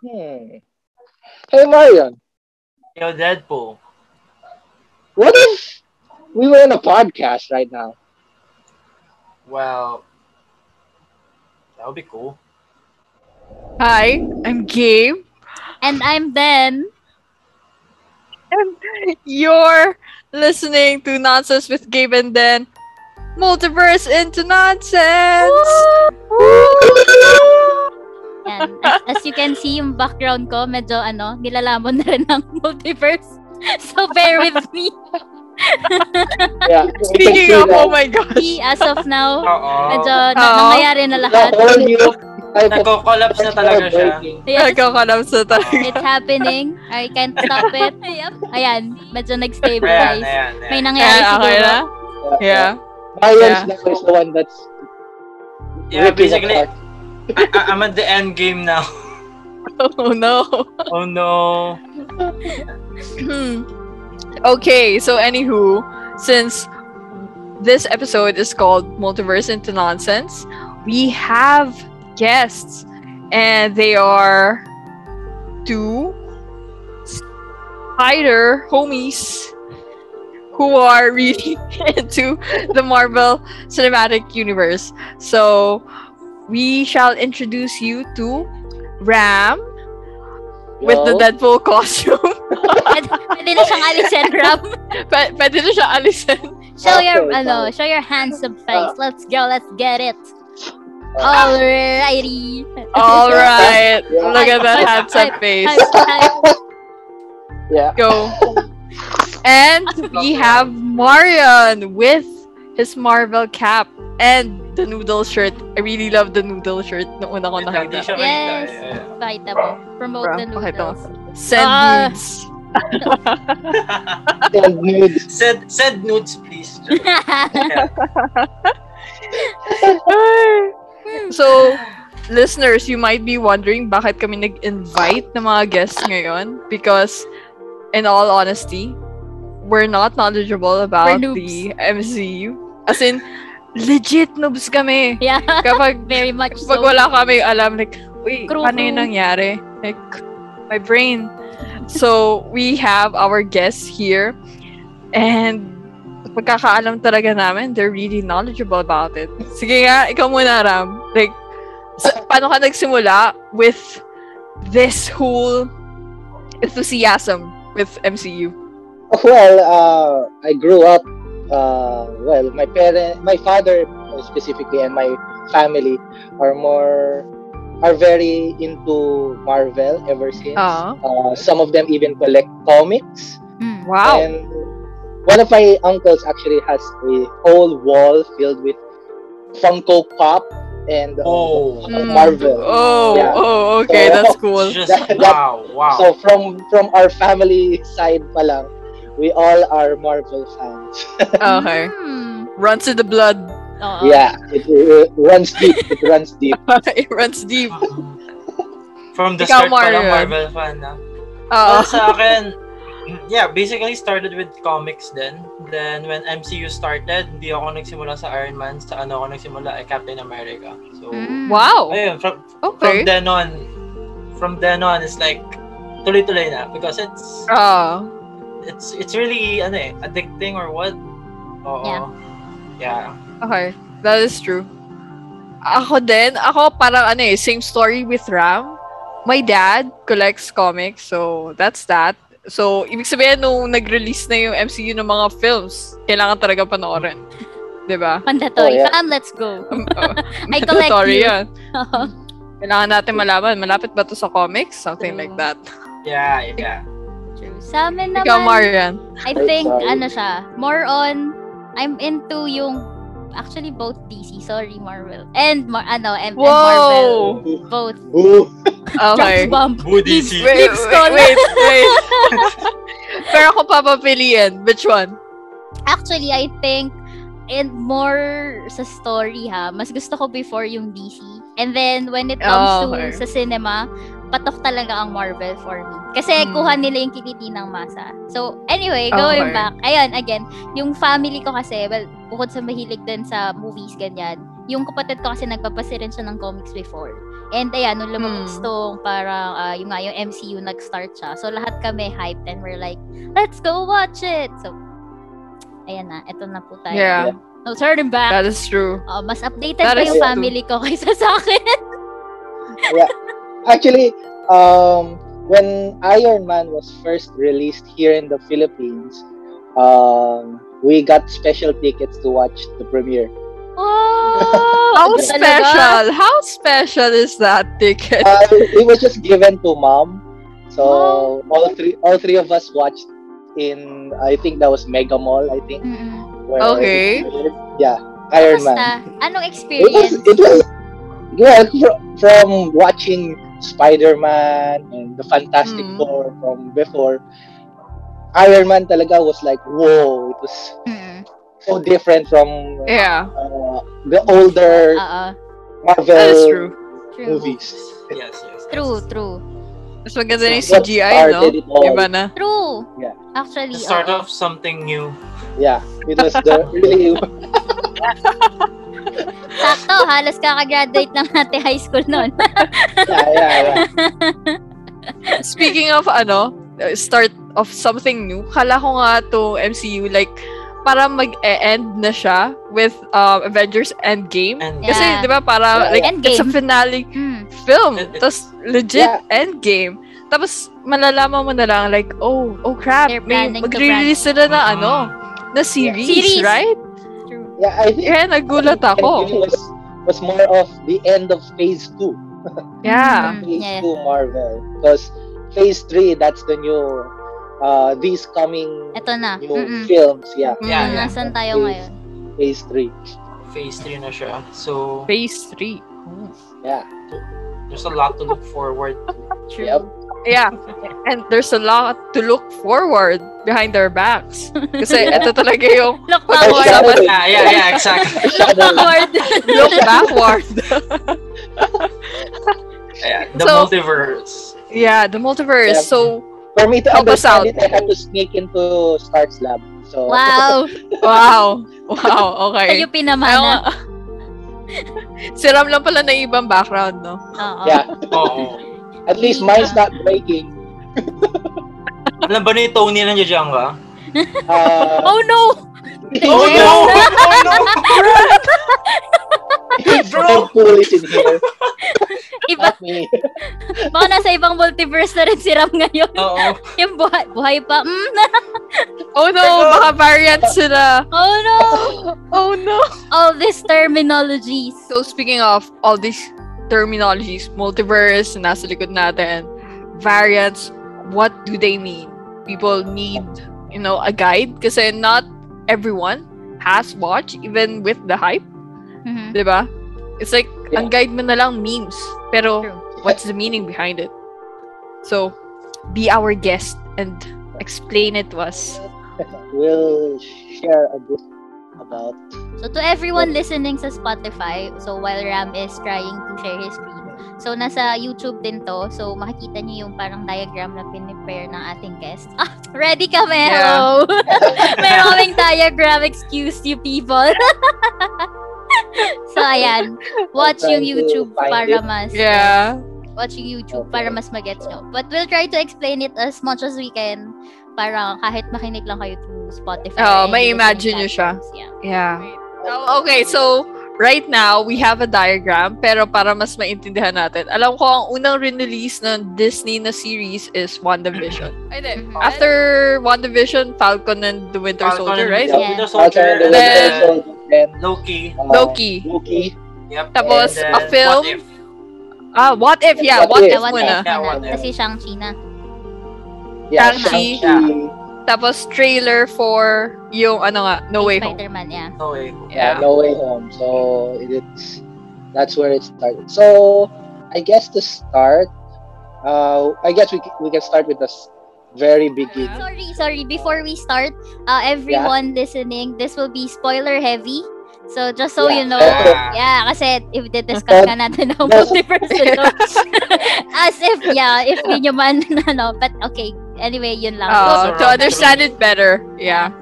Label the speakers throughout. Speaker 1: Hmm. Hey, Marion,
Speaker 2: Yo, Deadpool.
Speaker 1: what if we were in a podcast right now?
Speaker 2: Well, that would be cool.
Speaker 3: Hi, I'm Gabe.
Speaker 4: And I'm Ben.
Speaker 3: You're listening to Nonsense with Gabe and then Multiverse into Nonsense.
Speaker 4: Yan. As, as you can see, yung background ko, medyo ano, nilalamon na rin ng multiverse. So bear with me.
Speaker 1: Yeah. we can
Speaker 3: Speaking
Speaker 1: do
Speaker 3: of,
Speaker 1: that.
Speaker 3: oh my gosh.
Speaker 4: Me, as of now,
Speaker 2: Oo.
Speaker 4: medyo na-
Speaker 3: Oo.
Speaker 4: nangyayari na
Speaker 1: The
Speaker 4: lahat.
Speaker 1: whole new type of
Speaker 2: Nagko-collapse na talaga siya.
Speaker 4: Yes,
Speaker 3: Nagkakalam sa tayo.
Speaker 4: it's happening. I can't stop it. Ayan, medyo
Speaker 2: Ayan,
Speaker 4: nag-stabilize.
Speaker 2: ayan, ayan.
Speaker 4: May nangyayari
Speaker 3: Yeah, okay na?
Speaker 4: siguro.
Speaker 3: Yeah.
Speaker 1: Marion's now is the one that's
Speaker 2: Yeah,
Speaker 1: ripping
Speaker 2: basically,
Speaker 1: apart.
Speaker 2: I, I- I'm at the end game now.
Speaker 3: Oh no.
Speaker 2: Oh no.
Speaker 3: Hmm. okay, so anywho, since this episode is called Multiverse into Nonsense, we have guests, and they are two spider homies who are really into the Marvel Cinematic Universe. So we shall introduce you to Ram with the
Speaker 1: Yo.
Speaker 3: Deadpool costume.
Speaker 4: Pwede, pwede na siyang alisin, Rob.
Speaker 3: Pa- pwede na siya alisin.
Speaker 4: Show your,
Speaker 1: Okay,
Speaker 4: ano,
Speaker 1: okay.
Speaker 4: show your handsome face. Let's go, let's get it.
Speaker 1: Uh,
Speaker 4: Alrighty.
Speaker 3: All right.
Speaker 1: Yeah.
Speaker 3: Look at that
Speaker 4: I-
Speaker 3: handsome face.
Speaker 4: Time, time.
Speaker 1: Yeah.
Speaker 3: Go. And we have Marion with his Marvel cap and the noodle shirt. I really love the noodle shirt. Nung una ko
Speaker 2: Hindi
Speaker 3: nakita.
Speaker 2: siya makita.
Speaker 4: Yes.
Speaker 2: Yeah.
Speaker 4: Pakita mo. Promote
Speaker 3: Bro,
Speaker 4: the
Speaker 3: pakita mo.
Speaker 4: noodles.
Speaker 3: Send
Speaker 4: Ah.
Speaker 3: nudes.
Speaker 1: And nudes.
Speaker 2: Send, send nudes, please. Yeah.
Speaker 3: So, listeners, you might be wondering bakit kami nag-invite ng mga guests ngayon because in all honesty, we're not knowledgeable about
Speaker 4: We're noobs.
Speaker 3: the MCU. As in, legit noobs kami.
Speaker 4: yeah,
Speaker 3: Kapag,
Speaker 4: very much so.
Speaker 3: kapag wala kami alam, like, uy,
Speaker 4: Crew.
Speaker 3: paano yung nangyari? Like, my brain. So, we have our guests here and pagkakaalam talaga namin, they're really knowledgeable about it. Sige nga, ikaw muna, Ram. Like, sa, paano ka nagsimula with this whole enthusiasm with MCU?
Speaker 1: Well, uh, I grew up. Uh, well, my parent, my father specifically, and my family are more are very into Marvel ever since.
Speaker 3: Ah.
Speaker 1: Uh, some of them even collect comics.
Speaker 4: Mm.
Speaker 3: Wow.
Speaker 1: And one of my uncles actually has a whole wall filled with Funko Pop and uh,
Speaker 2: Oh.
Speaker 3: Mm.
Speaker 1: Marvel.
Speaker 3: Oh,
Speaker 1: Yeah.
Speaker 3: oh, okay,
Speaker 1: So-
Speaker 3: that's cool.
Speaker 2: Just,
Speaker 1: That- that-
Speaker 2: wow, wow.
Speaker 1: So from from our family side pa lang, we all are Marvel fans.
Speaker 3: Okay.
Speaker 4: Mm.
Speaker 3: Runs in the blood.
Speaker 4: Oo.
Speaker 1: Yeah, it, it runs deep. It runs deep.
Speaker 3: it runs deep.
Speaker 2: From the start
Speaker 3: Ikaw,
Speaker 2: pa lang
Speaker 3: Marion.
Speaker 2: Marvel fan ah. na.
Speaker 3: Uh,
Speaker 4: Oh.
Speaker 2: Well, sa akin, yeah, basically started with comics then. Then when MCU started, hindi ako nagsimula sa Iron Man, sa ano ako nagsimula ay Captain America. So,
Speaker 4: Mm.
Speaker 3: wow.
Speaker 2: ayun, from, from
Speaker 3: Okay.
Speaker 2: then on, from then on, it's like, tuloy-tuloy na. Because it's,
Speaker 3: Ah,
Speaker 2: it's, it's really, ano eh, addicting or what? Oo.
Speaker 4: Yeah.
Speaker 2: Yeah.
Speaker 3: okay. That is true. Ako din, ako parang ano eh, same story with Ram. My dad collects comics, so that's that. So, ibig sabihin, nung nag-release na yung MCU ng mga films, kailangan talaga panoorin. 'Di ba?
Speaker 1: Oh,
Speaker 4: Mandatory.
Speaker 1: yeah.
Speaker 4: Fam, let's go.
Speaker 3: Um, uh,
Speaker 4: I collect
Speaker 3: sorry
Speaker 4: you.
Speaker 3: yan. Kailangan natin malaman, malapit ba to sa comics? Something
Speaker 4: True.
Speaker 3: like that.
Speaker 2: Yeah, yeah.
Speaker 4: True. Sa amin Ano naman,
Speaker 3: Ikaw, Marian.
Speaker 4: I think,
Speaker 1: Sorry.
Speaker 4: ano siya, more on, I'm into yung, actually both DC, sorry, Marvel. And, Mar- ano, M- and Marvel.
Speaker 3: Whoa!
Speaker 4: Both.
Speaker 1: Ooh,
Speaker 3: Okay.
Speaker 4: Jobs bomb.
Speaker 2: Booty
Speaker 4: Leaves-
Speaker 2: seat.
Speaker 3: Wait,
Speaker 4: Lips ko
Speaker 3: wait, wait,
Speaker 4: na.
Speaker 3: wait. Pero ako papapiliin. Which one?
Speaker 4: Actually, I think, and more sa story ha, mas gusto ko before yung DC. And then, when it comes
Speaker 3: Okay.
Speaker 4: to sa cinema, patok talaga ang Marvel for me. Kasi
Speaker 3: Hmm.
Speaker 4: kuha nila yung kiliti ng masa. So, anyway,
Speaker 3: Okay.
Speaker 4: going back. Ayun, again, yung family ko kasi, well, bukod sa mahilig din sa movies, ganyan, yung kapatid ko kasi nagpapasa rin siya ng comics before. And ayan, nung
Speaker 3: Hmm.
Speaker 4: lumabas tong parang ah, yung nga yung MCU nag-start siya. So lahat kami hyped and we're like, let's go watch it. So ayan na, eto na po tayo.
Speaker 3: Yeah,
Speaker 4: No turning back.
Speaker 3: that is true.
Speaker 4: Oh, mas updated
Speaker 3: That
Speaker 4: pa
Speaker 1: is
Speaker 4: yung
Speaker 1: true.
Speaker 4: family ko kaysa sa akin.
Speaker 1: Actually, um, when Iron Man was first released here in the Philippines, um, we got special tickets to watch the premiere.
Speaker 4: Oh,
Speaker 3: How
Speaker 4: talaga?
Speaker 3: special! How special is that ticket?
Speaker 1: Uh, it was just given to mom, so all three all three of us watched in I think that was Mega Mall. I think.
Speaker 4: Mm-mm.
Speaker 1: where-
Speaker 3: Okay.
Speaker 1: Yeah, Iron
Speaker 4: Kamusta?
Speaker 1: Man. It
Speaker 4: Anong
Speaker 1: was
Speaker 4: experience?
Speaker 1: it was yeah from, from watching Spider-Man and the Fantastic
Speaker 3: Mm.
Speaker 1: Four from before. Iron Man talaga was like whoa, it was
Speaker 4: Mm-mm.
Speaker 1: so different from
Speaker 3: Yeah, Uh,
Speaker 1: uh, the older
Speaker 4: Oo.
Speaker 3: that is
Speaker 1: Marvel
Speaker 3: true.
Speaker 4: Uh-uh. True.
Speaker 1: movies.
Speaker 2: Yes, yes.
Speaker 4: True,
Speaker 2: yes.
Speaker 4: true.
Speaker 3: Mas maganda na yung
Speaker 1: What
Speaker 3: CGI, no?
Speaker 1: started it all.
Speaker 3: Iba na.
Speaker 4: True.
Speaker 1: Yeah.
Speaker 4: Actually, oh.
Speaker 2: The start
Speaker 4: oo.
Speaker 2: of something new.
Speaker 1: Yeah, it was the really
Speaker 4: Sakto, halos kakagraduate lang natin high school noon.
Speaker 1: yeah yeah yeah.
Speaker 3: Speaking of ano, uh, start of something new, kala ko nga to MCU like para mag-end na siya with um, Avengers Endgame.
Speaker 2: And
Speaker 4: Yeah.
Speaker 3: Kasi 'di ba
Speaker 1: Yeah,
Speaker 3: para like
Speaker 4: yeah.
Speaker 3: it's a finale
Speaker 4: Hmm.
Speaker 3: film.
Speaker 2: It- it-
Speaker 3: Tapos legit
Speaker 1: Yeah.
Speaker 3: Endgame. Tapos malalaman mo na lang like oh, oh crap,
Speaker 4: They're
Speaker 3: may
Speaker 4: planning to
Speaker 3: magre-release sila na
Speaker 2: Mhm.
Speaker 3: ano, na series,
Speaker 4: Series.
Speaker 3: right?
Speaker 4: True.
Speaker 1: Yeah, I think
Speaker 3: Yeah, nagulat
Speaker 1: It
Speaker 3: ako.
Speaker 1: was was more of the end of phase two.
Speaker 3: Yeah.
Speaker 4: Mm,
Speaker 1: Phase
Speaker 4: yeah.
Speaker 1: two Marvel. Because phase three, that's the new uh these coming
Speaker 4: Ito na.
Speaker 1: new
Speaker 4: Mm-mm.
Speaker 1: films. Yeah,
Speaker 2: Yeah,
Speaker 4: Mm,
Speaker 2: yeah.
Speaker 4: Nasaan tayo ngayon?
Speaker 1: phase three.
Speaker 2: phase 3 na siya. So,
Speaker 3: Phase 3.
Speaker 1: Yeah.
Speaker 2: there's a lot to look forward to.
Speaker 4: True.
Speaker 1: Yep.
Speaker 3: Yeah. And there's a lot to look forward behind their backs. Kasi ito talaga yung
Speaker 4: Look
Speaker 3: Pag-
Speaker 1: Ay,
Speaker 3: Ako, Pag-
Speaker 4: backward.
Speaker 1: shadow.
Speaker 2: Yeah, yeah, yeah, exactly.
Speaker 4: Look backward.
Speaker 3: look backward.
Speaker 2: Yeah, the
Speaker 3: So-
Speaker 2: multiverse.
Speaker 3: yeah, the multiverse.
Speaker 1: Yeah.
Speaker 3: So,
Speaker 1: For me to
Speaker 3: Help us
Speaker 1: understand
Speaker 3: out.
Speaker 1: it, I had to sneak into Stark's lab. So
Speaker 4: wow.
Speaker 3: wow. Wow, okay.
Speaker 4: Kayo pinamana.
Speaker 3: Siram lang pala na ibang background, no?
Speaker 4: Oo.
Speaker 1: Yeah.
Speaker 2: Oo.
Speaker 1: at least mine's not breaking.
Speaker 2: Alam ba ni Tony ng Jajanga?
Speaker 1: Uh,
Speaker 4: Oh no!
Speaker 2: Oh
Speaker 4: Yes.
Speaker 2: no! Oh no!
Speaker 1: Don't pull it in here.
Speaker 4: Iba,
Speaker 1: Not me.
Speaker 4: baka nasa ibang multiverse na rin si Ram ngayon.
Speaker 2: Oo.
Speaker 4: Yung buhay, buhay pa. Mm,
Speaker 3: Oh no, baka variant sila.
Speaker 4: oh no!
Speaker 3: Oh no.
Speaker 4: All these terminologies.
Speaker 3: So, speaking of all these terminologies, multiverse, nasa likod natin, variants, what do they mean? People need, you know, a guide kasi not everyone has watched even with the hype,
Speaker 4: Mhm.
Speaker 3: di ba? Diba? It's like, ang guide mo na lang memes, pero
Speaker 4: True.
Speaker 3: what's the meaning behind it? So, be our guest and explain it to us.
Speaker 1: We'll share a bit about
Speaker 4: So to everyone listening sa Spotify, so while Ram is trying to share his screen, so nasa YouTube din to, so makikita niyo yung parang diagram na pinipare ng ating guest. Ah, ready ka, Mero! Meron kaming diagram, excuse you people. so ayan, watch
Speaker 1: I'm
Speaker 4: yung
Speaker 1: trying to
Speaker 4: YouTube
Speaker 1: find
Speaker 4: para
Speaker 1: it.
Speaker 4: mas
Speaker 3: Yeah.
Speaker 4: watching YouTube
Speaker 1: Okay.
Speaker 4: para mas magets nyo. But we'll try to explain it as much as we can para kahit makinig lang kayo through Spotify.
Speaker 3: Oo,
Speaker 4: and
Speaker 3: may
Speaker 4: listening
Speaker 3: imagine nyo siya.
Speaker 4: platforms.
Speaker 3: Yeah.
Speaker 4: Yeah.
Speaker 3: Oh, okay, so right now we have a diagram pero para mas maintindihan natin. Alam ko ang unang release ng Disney na series is WandaVision. Ay, di.
Speaker 4: Mhm.
Speaker 3: After WandaVision, Falcon and the Winter
Speaker 2: Falcon
Speaker 3: Soldier,
Speaker 2: and
Speaker 3: right?
Speaker 1: Yeah.
Speaker 2: Winter Soldier
Speaker 1: Falcon and the
Speaker 2: and
Speaker 1: Winter
Speaker 2: then
Speaker 1: Soldier and
Speaker 2: Loki.
Speaker 1: uh,
Speaker 3: Loki.
Speaker 1: Loki.
Speaker 2: Yep.
Speaker 3: Tapos,
Speaker 2: and then
Speaker 3: a film.
Speaker 2: What If.
Speaker 3: Ah, what if? Yeah,
Speaker 1: What
Speaker 3: what,
Speaker 1: If.
Speaker 3: if,
Speaker 4: Yeah, what
Speaker 3: muna.
Speaker 4: if
Speaker 2: Yeah,
Speaker 4: muna.
Speaker 2: what if.
Speaker 4: Kasi Shang-Chi na.
Speaker 1: Yeah,
Speaker 3: Shang-Chi.
Speaker 1: Shang-Chi.
Speaker 3: Tapos trailer for yung ano nga, No Way Home.
Speaker 4: Spider-Man, yeah.
Speaker 2: No way.
Speaker 1: Yeah.
Speaker 3: Yeah.
Speaker 1: No Way Home. So it's that's where it started. So I guess to start, uh, I guess we c- we can start with the s- very beginning.
Speaker 4: Sorry, sorry. Before we start, uh, everyone listening, this will be spoiler heavy. So just so
Speaker 1: Yeah.
Speaker 4: you know,
Speaker 2: Yeah.
Speaker 4: yeah, kasi if di-discuss ka natin ng multiverse ito. as if, yeah, if di nyo man, ano, but okay, anyway, yun lang.
Speaker 2: Those
Speaker 3: Oh,
Speaker 2: are
Speaker 3: to
Speaker 2: all
Speaker 3: understand it better. Yeah.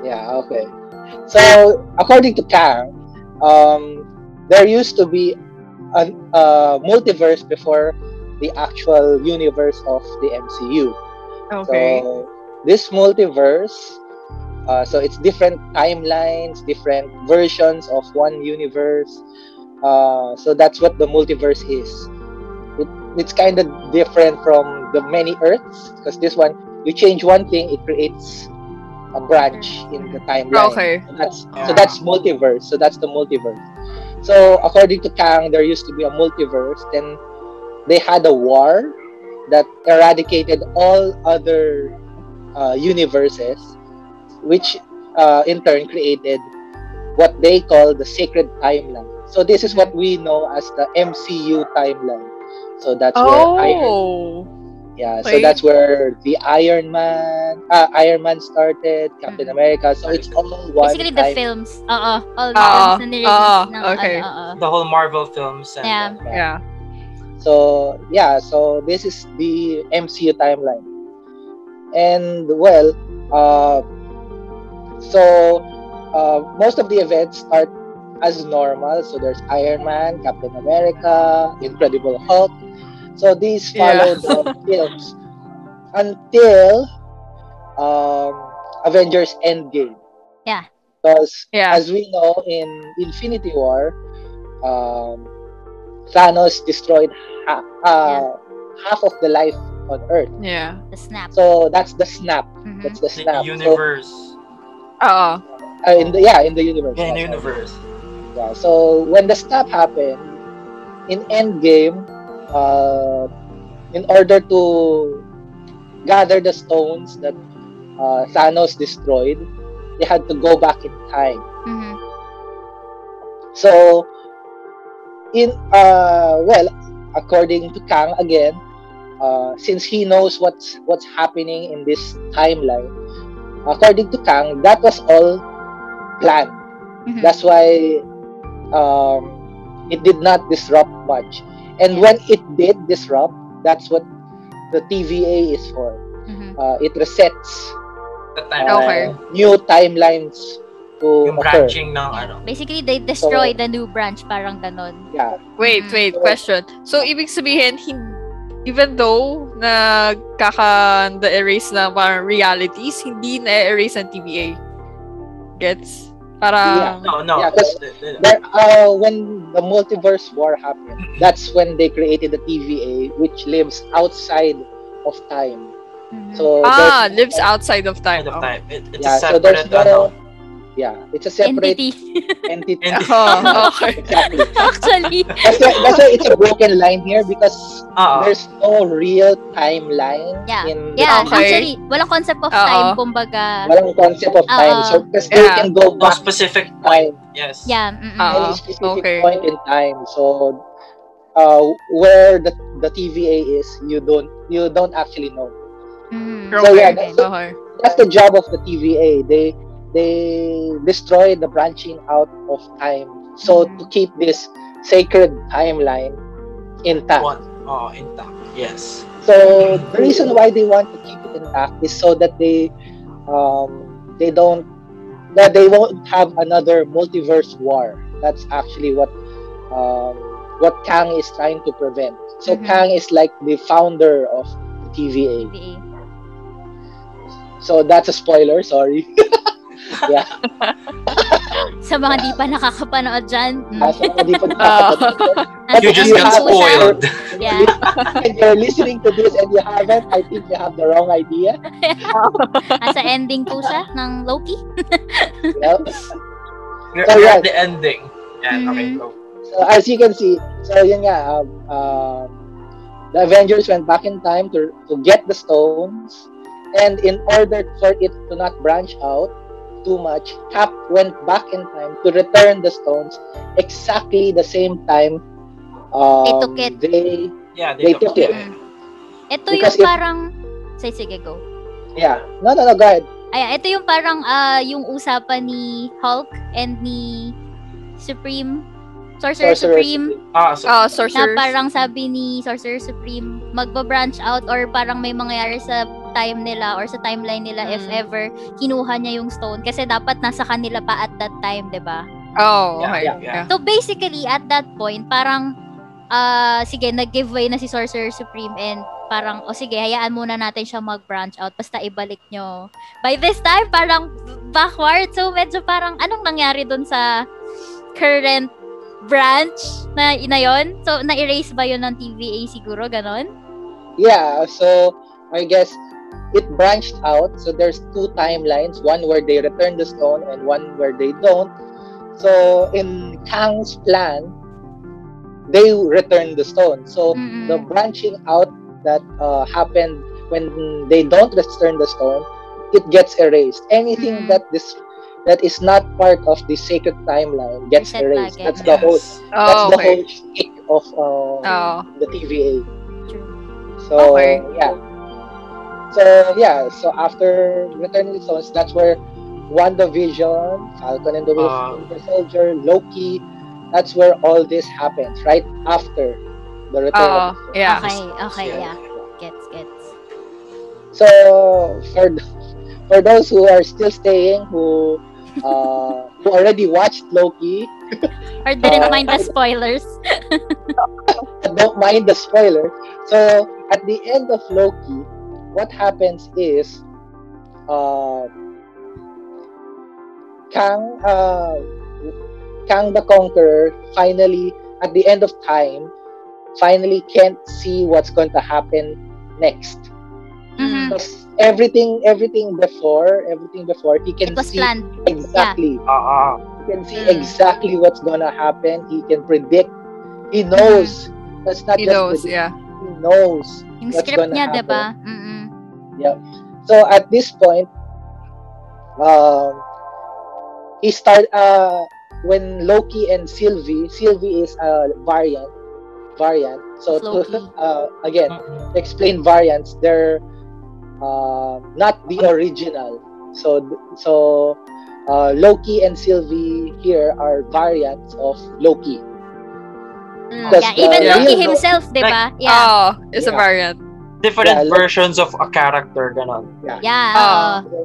Speaker 1: Yeah. Okay. So according to Kang, um, there used to be an uh, multiverse before the actual universe of the MCU.
Speaker 3: Okay.
Speaker 1: So this multiverse, uh, so it's different timelines, different versions of one universe. Uh, so that's what the multiverse is. It, it's kind of different from the many Earths because this one, you change one thing, it creates a branch in the timeline.
Speaker 3: okay.
Speaker 1: So that's so that's multiverse. So that's the multiverse. So according to Kang, there used to be a multiverse. Then they had a war that eradicated all other uh, universes, which uh, in turn created what they call the sacred timeline. So this is what we know as the MCU timeline. So that's where Iron
Speaker 3: Oh.
Speaker 1: yeah, so
Speaker 3: Wait.
Speaker 1: that's where the Iron Man, uh, Iron Man started, Captain
Speaker 4: Mm.
Speaker 1: America. So it's all one
Speaker 4: Basically,
Speaker 1: time.
Speaker 4: the films. Oo. All the
Speaker 3: Oo,
Speaker 4: films na nirelease
Speaker 3: oo,
Speaker 4: ng
Speaker 3: Ah, okay.
Speaker 4: ano, oo.
Speaker 2: The whole Marvel films and
Speaker 4: Yeah.
Speaker 2: uh,
Speaker 3: Yeah.
Speaker 1: So yeah, so this is the MCU timeline. And well, uh, so uh, most of the events start as normal. So there's Iron Man, Captain America, Incredible Hulk. So these follow
Speaker 3: Yeah.
Speaker 1: the films until um, Avengers Endgame.
Speaker 4: Yeah.
Speaker 1: Because
Speaker 3: Yeah.
Speaker 1: as we know in Infinity War, um, Thanos destroyed ha- uh, half of the life on Earth.
Speaker 3: Yeah.
Speaker 4: The snap.
Speaker 1: So that's the snap.
Speaker 4: Mhm.
Speaker 1: That's the
Speaker 2: the
Speaker 1: snap. So,
Speaker 2: universe.
Speaker 3: Ah.
Speaker 1: uh, in the, yeah, in the universe.
Speaker 2: Yeah, in the
Speaker 1: Okay.
Speaker 2: universe.
Speaker 1: Yeah, So when the snap happened in Endgame, uh, in order to gather the stones that uh, Thanos destroyed, they had to go back in time.
Speaker 4: Mhm.
Speaker 1: So, in uh, well, according to Kang again, uh, since he knows what's what's happening in this timeline, according to Kang, that was all planned.
Speaker 4: Mhm.
Speaker 1: That's why um, it did not disrupt much. And when it did disrupt, that's what the TVA is for.
Speaker 4: Mhm.
Speaker 1: Uh, it resets
Speaker 2: That time.
Speaker 1: uh,
Speaker 3: Okay.
Speaker 1: new timelines to
Speaker 2: Yung
Speaker 1: occur.
Speaker 2: branching ng ano.
Speaker 4: Basically, they destroy
Speaker 1: So-
Speaker 4: the new branch. Parang ganon.
Speaker 1: Yeah.
Speaker 3: Wait,
Speaker 4: Mhm.
Speaker 3: wait. Question. So, ibig sabihin, hin- even though nagkaka-erase na parang realities, hindi na-erase ng TVA. Gets? Parang,
Speaker 2: No, no.
Speaker 1: Yeah, 'cause There, uh, when the multiverse war happened, that's when they created the TVA, which lives outside of time.
Speaker 4: Mhm.
Speaker 1: So
Speaker 3: ah,
Speaker 1: there's-
Speaker 3: lives outside of time.
Speaker 2: Kind
Speaker 3: Oh.
Speaker 2: of time. It, it's
Speaker 1: Yeah,
Speaker 2: a
Speaker 1: so there's
Speaker 2: separate
Speaker 1: no.
Speaker 2: ano.
Speaker 1: Yeah, it's a separate
Speaker 4: Entity.
Speaker 1: entity.
Speaker 2: And,
Speaker 3: Oh, okay.
Speaker 1: Exactly.
Speaker 4: Actually.
Speaker 1: That's why, that's why it's a broken line here because
Speaker 2: ah,
Speaker 1: there's no real timeline
Speaker 4: Yeah.
Speaker 1: in the
Speaker 4: Yeah,
Speaker 3: Okay.
Speaker 4: actually, uh, walang concept of
Speaker 3: Oo.
Speaker 4: time, kumbaga.
Speaker 1: walang concept of time. So because they
Speaker 3: Yeah.
Speaker 1: can go
Speaker 2: no
Speaker 1: back
Speaker 2: specific
Speaker 1: in time
Speaker 2: point. Yes.
Speaker 4: Yeah, mm-mm.
Speaker 3: Ah.
Speaker 1: any
Speaker 3: Oo,
Speaker 1: specific
Speaker 3: okay.
Speaker 1: point in time. So uh, where the, the TVA is, you don't you don't actually know.
Speaker 4: Mm.
Speaker 1: So, yeah,
Speaker 3: Okay.
Speaker 1: that's-
Speaker 3: Okay.
Speaker 1: that's the job of the TVA. They they destroy the branching out of time. So
Speaker 3: Mm-hmm.
Speaker 4: Mhm.
Speaker 1: to keep this sacred timeline intact.
Speaker 2: One. Oh, intact. Yes.
Speaker 1: So the reason why they want to keep it intact is so that they um, they don't that they won't have another multiverse war. That's actually what um, what Kang is trying to prevent. So
Speaker 4: Mhm.
Speaker 1: Kang is like the founder of the TVA.
Speaker 4: TVA.
Speaker 1: So that's a spoiler. Sorry.
Speaker 4: Sa mga di pa nakakapanood dyan, mm,
Speaker 1: Ah, so hindi pa
Speaker 3: Ah.
Speaker 1: But
Speaker 2: You
Speaker 1: if
Speaker 2: just
Speaker 1: you
Speaker 2: got
Speaker 1: have-
Speaker 2: spoiled.
Speaker 4: yeah.
Speaker 1: and you're listening to this and you haven't, I think you have the wrong idea.
Speaker 4: Asa ending po siya ng Loki.
Speaker 1: You know?
Speaker 2: We're,
Speaker 1: So,
Speaker 2: we're
Speaker 1: yeah.
Speaker 2: at the ending. Yeah, okay,
Speaker 4: Mhm.
Speaker 2: go.
Speaker 1: So as you can see, so yun nga, um, um, the Avengers went back in time to, to get the stones, and in order for it to not branch out too much, Cap went back in time to return the stones exactly the same time. Um,
Speaker 4: They took it.
Speaker 1: They,
Speaker 2: Yeah,
Speaker 1: They
Speaker 2: they, took,
Speaker 1: took it.
Speaker 2: it. Mm-hmm.
Speaker 4: Ito
Speaker 1: Because
Speaker 4: yung
Speaker 1: if-
Speaker 4: parang... Say, sige, go.
Speaker 1: yeah. No, no, no. Go ahead.
Speaker 4: Ayan, ito yung parang ah, yung usapan ni Hulk and ni Supreme. Sorcerer,
Speaker 1: Sorcerer
Speaker 4: Supreme.
Speaker 2: Ah, so,
Speaker 3: Ah,
Speaker 4: Na
Speaker 3: sorcerers.
Speaker 4: parang sabi ni Sorcerer Supreme, magba-branch out or parang may mangyayari sa time nila or sa timeline nila if
Speaker 3: Mm.
Speaker 4: ever kinuha niya yung stone. Kasi dapat nasa kanila pa at that time, di ba?
Speaker 3: Oh, okay.
Speaker 1: Yeah,
Speaker 3: Yeah,
Speaker 2: yeah.
Speaker 4: So basically, at that point, parang ah, sige, nag-giveaway na si Sorcerer Supreme and parang, o sige, hayaan muna natin siya mag-branch out basta ibalik nyo. By this time, parang backward. So, medyo parang anong nangyari dun sa current branch na, na yun? So, na-erase ba yun ng TVA siguro? Ganon?
Speaker 1: Yeah, so I guess it branched out. So there's two timelines, one where they return the stone and one where they don't. So in Kang's plan, they return the stone. So Oh,
Speaker 4: Mm-mm.
Speaker 3: Mm.
Speaker 1: the branching out that uh, happened when they don't return the stone, it gets erased. Anything
Speaker 4: Mm.
Speaker 1: that this that is not part of the sacred timeline gets
Speaker 4: Reset
Speaker 1: erased.
Speaker 4: again.
Speaker 1: That's the whole that's
Speaker 3: Oh,
Speaker 1: the
Speaker 3: okay.
Speaker 1: whole shtick of uh,
Speaker 3: Oh.
Speaker 1: the TVA.
Speaker 4: True.
Speaker 1: So
Speaker 3: Okay.
Speaker 1: yeah. So yeah, so after Return of the Stones, that's where WandaVision, Falcon and the
Speaker 2: Ah.
Speaker 1: Winter Soldier, Loki, that's where all this happens, right after the Return
Speaker 3: Oh,
Speaker 1: of the Stones.
Speaker 3: yeah.
Speaker 4: Okay, okay, yeah.
Speaker 2: Yeah.
Speaker 4: Gets, gets.
Speaker 1: So for for those who are still staying, who uh, who already watched Loki,
Speaker 4: Or didn't
Speaker 1: Oh.
Speaker 4: mind the spoilers.
Speaker 1: but don't mind the spoiler. So at the end of Loki, what happens is uh, Kang uh, Kang the Conqueror finally at the end of time finally can't see what's going to happen next.
Speaker 4: Mhm.
Speaker 1: Because everything everything before everything before he can
Speaker 4: It was
Speaker 1: see
Speaker 4: planned. Hmm.
Speaker 1: exactly
Speaker 2: Ah, ah.
Speaker 1: he can see
Speaker 3: Mm.
Speaker 1: exactly what's gonna happen. He can predict. He knows.
Speaker 4: Hmm.
Speaker 1: That's not
Speaker 3: He
Speaker 1: just
Speaker 3: knows,
Speaker 1: predict-
Speaker 3: yeah.
Speaker 1: He knows.
Speaker 4: Yung
Speaker 1: what's
Speaker 4: script
Speaker 1: gonna
Speaker 4: niya,
Speaker 1: happen.
Speaker 4: diba? Mm-mm.
Speaker 1: So at this point, um, he start uh when Loki and Sylvie. Sylvie is a variant. Variant. So
Speaker 4: Loki.
Speaker 1: to, uh, again,
Speaker 2: Mm-mm.
Speaker 1: explain variants. They're uh, not the original. So so uh, Loki and Sylvie here are variants of Loki.
Speaker 3: Mm.
Speaker 1: That's
Speaker 4: Yeah,
Speaker 1: the-
Speaker 4: even
Speaker 2: yeah.
Speaker 4: Loki himself, diba?
Speaker 2: Ah.
Speaker 4: Yeah.
Speaker 3: Oh, it's a
Speaker 1: Yeah.
Speaker 3: variant.
Speaker 2: Different
Speaker 1: Yeah, like-
Speaker 2: versions of a character, ganon.
Speaker 4: Yeah,
Speaker 3: Oh.
Speaker 4: oo.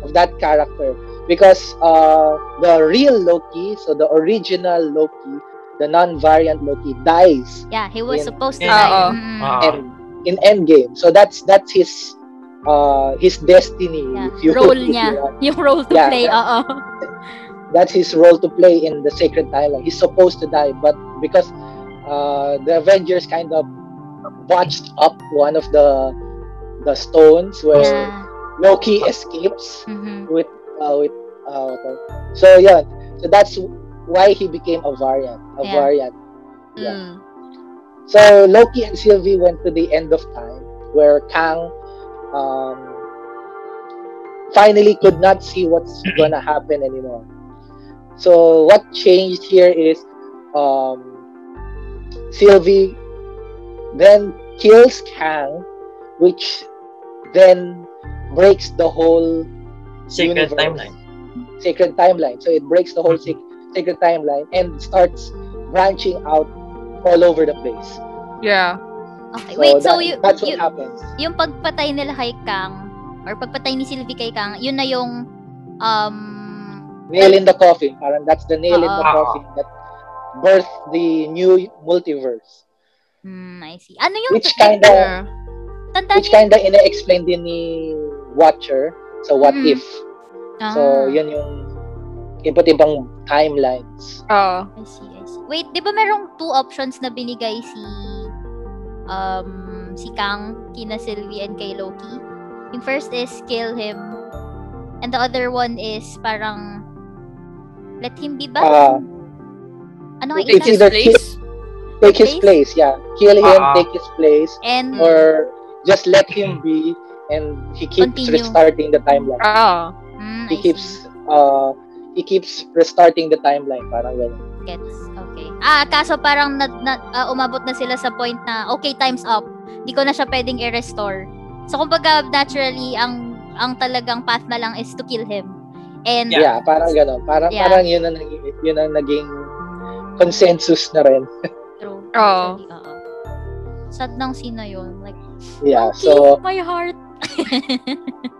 Speaker 1: of that character because uh, the real Loki, so the original Loki, the non-variant Loki, dies
Speaker 4: Yeah, he was
Speaker 1: Yeah.
Speaker 4: supposed to
Speaker 2: Yeah.
Speaker 4: die.
Speaker 3: Oo.
Speaker 4: Mm-mm.
Speaker 2: Ah.
Speaker 1: and in Endgame. So that's that's his uh, his destiny.
Speaker 4: Yeah,
Speaker 1: If you
Speaker 4: role
Speaker 1: if you
Speaker 4: niya.
Speaker 1: want.
Speaker 4: Yung role to
Speaker 1: Yeah,
Speaker 4: play,
Speaker 1: yeah.
Speaker 4: oo.
Speaker 1: That's his role to play in the Sacred Timeline. He's supposed to die, but because uh, the Avengers kind of botched up one of the the stones where
Speaker 4: Yeah.
Speaker 1: Loki escapes.
Speaker 4: Mhm.
Speaker 1: uh, with uh, what else? so yeah so that's why he became a variant a
Speaker 4: Yeah.
Speaker 1: variant Yeah.
Speaker 3: Mm.
Speaker 1: so loki and sylvie went to the end of time where kang um, finally could not see what's gonna happen anymore so what changed here is um, sylvie then kills kang which then breaks the whole
Speaker 2: Secret
Speaker 1: universe.
Speaker 2: timeline.
Speaker 1: Sacred timeline. So it breaks the whole sac- sacred timeline and starts branching out all over the place.
Speaker 3: Yeah.
Speaker 4: Okay, wait,
Speaker 1: that-
Speaker 4: so, you,
Speaker 1: that's
Speaker 4: you,
Speaker 1: what happens.
Speaker 4: yung pagpatay nila kay Kang, or pagpatay ni Sylvie kay Kang, yun na yung, um,
Speaker 1: Nail in the coffin. Parang that's the nail in the
Speaker 2: Oo.
Speaker 1: coffin that birthed the new multiverse.
Speaker 4: hmm, I see. Ano yung,
Speaker 1: Which kind of
Speaker 3: Yeah.
Speaker 4: tandaan
Speaker 1: which
Speaker 4: niyo?
Speaker 1: kind of ina-explain din ni Watcher sa what
Speaker 4: Mm.
Speaker 1: if.
Speaker 4: Ah.
Speaker 1: So yun yung iba't ibang timelines.
Speaker 3: Oh.
Speaker 4: I see, I see. Wait, di ba merong two options na binigay si um, si Kang, kina Sylvie, and kay Loki? Yung first is kill him. And the other one is parang let him be ba?
Speaker 1: Ah.
Speaker 4: ano kay
Speaker 3: Take
Speaker 1: It's
Speaker 4: Kang?
Speaker 3: his
Speaker 1: either
Speaker 3: place?
Speaker 1: Take his
Speaker 4: Place?
Speaker 1: place, yeah. Kill him,
Speaker 2: Ah.
Speaker 1: take his place,
Speaker 4: And
Speaker 1: or just let him be and he keeps
Speaker 4: Continue.
Speaker 1: restarting the timeline.
Speaker 3: Oh.
Speaker 4: mm,
Speaker 1: he
Speaker 4: I see.
Speaker 1: keeps uh he keeps restarting the timeline parang ganun.
Speaker 4: Gets. Okay. Ah, kaso parang na, na, ah, umabot na sila sa point na okay, time's up. Hindi ko na siya pwedeng i-restore. So kumbaga naturally ang ang talagang path na lang is to kill him. And
Speaker 1: Yeah, parang ganun. Parang
Speaker 4: Yeah.
Speaker 1: parang yun ang naging yun ang naging consensus na rin.
Speaker 4: True.
Speaker 3: Oo.
Speaker 4: Actually, oo. Sad ng sino yun. Like,
Speaker 1: Yeah.
Speaker 4: okay,
Speaker 1: So
Speaker 4: my heart.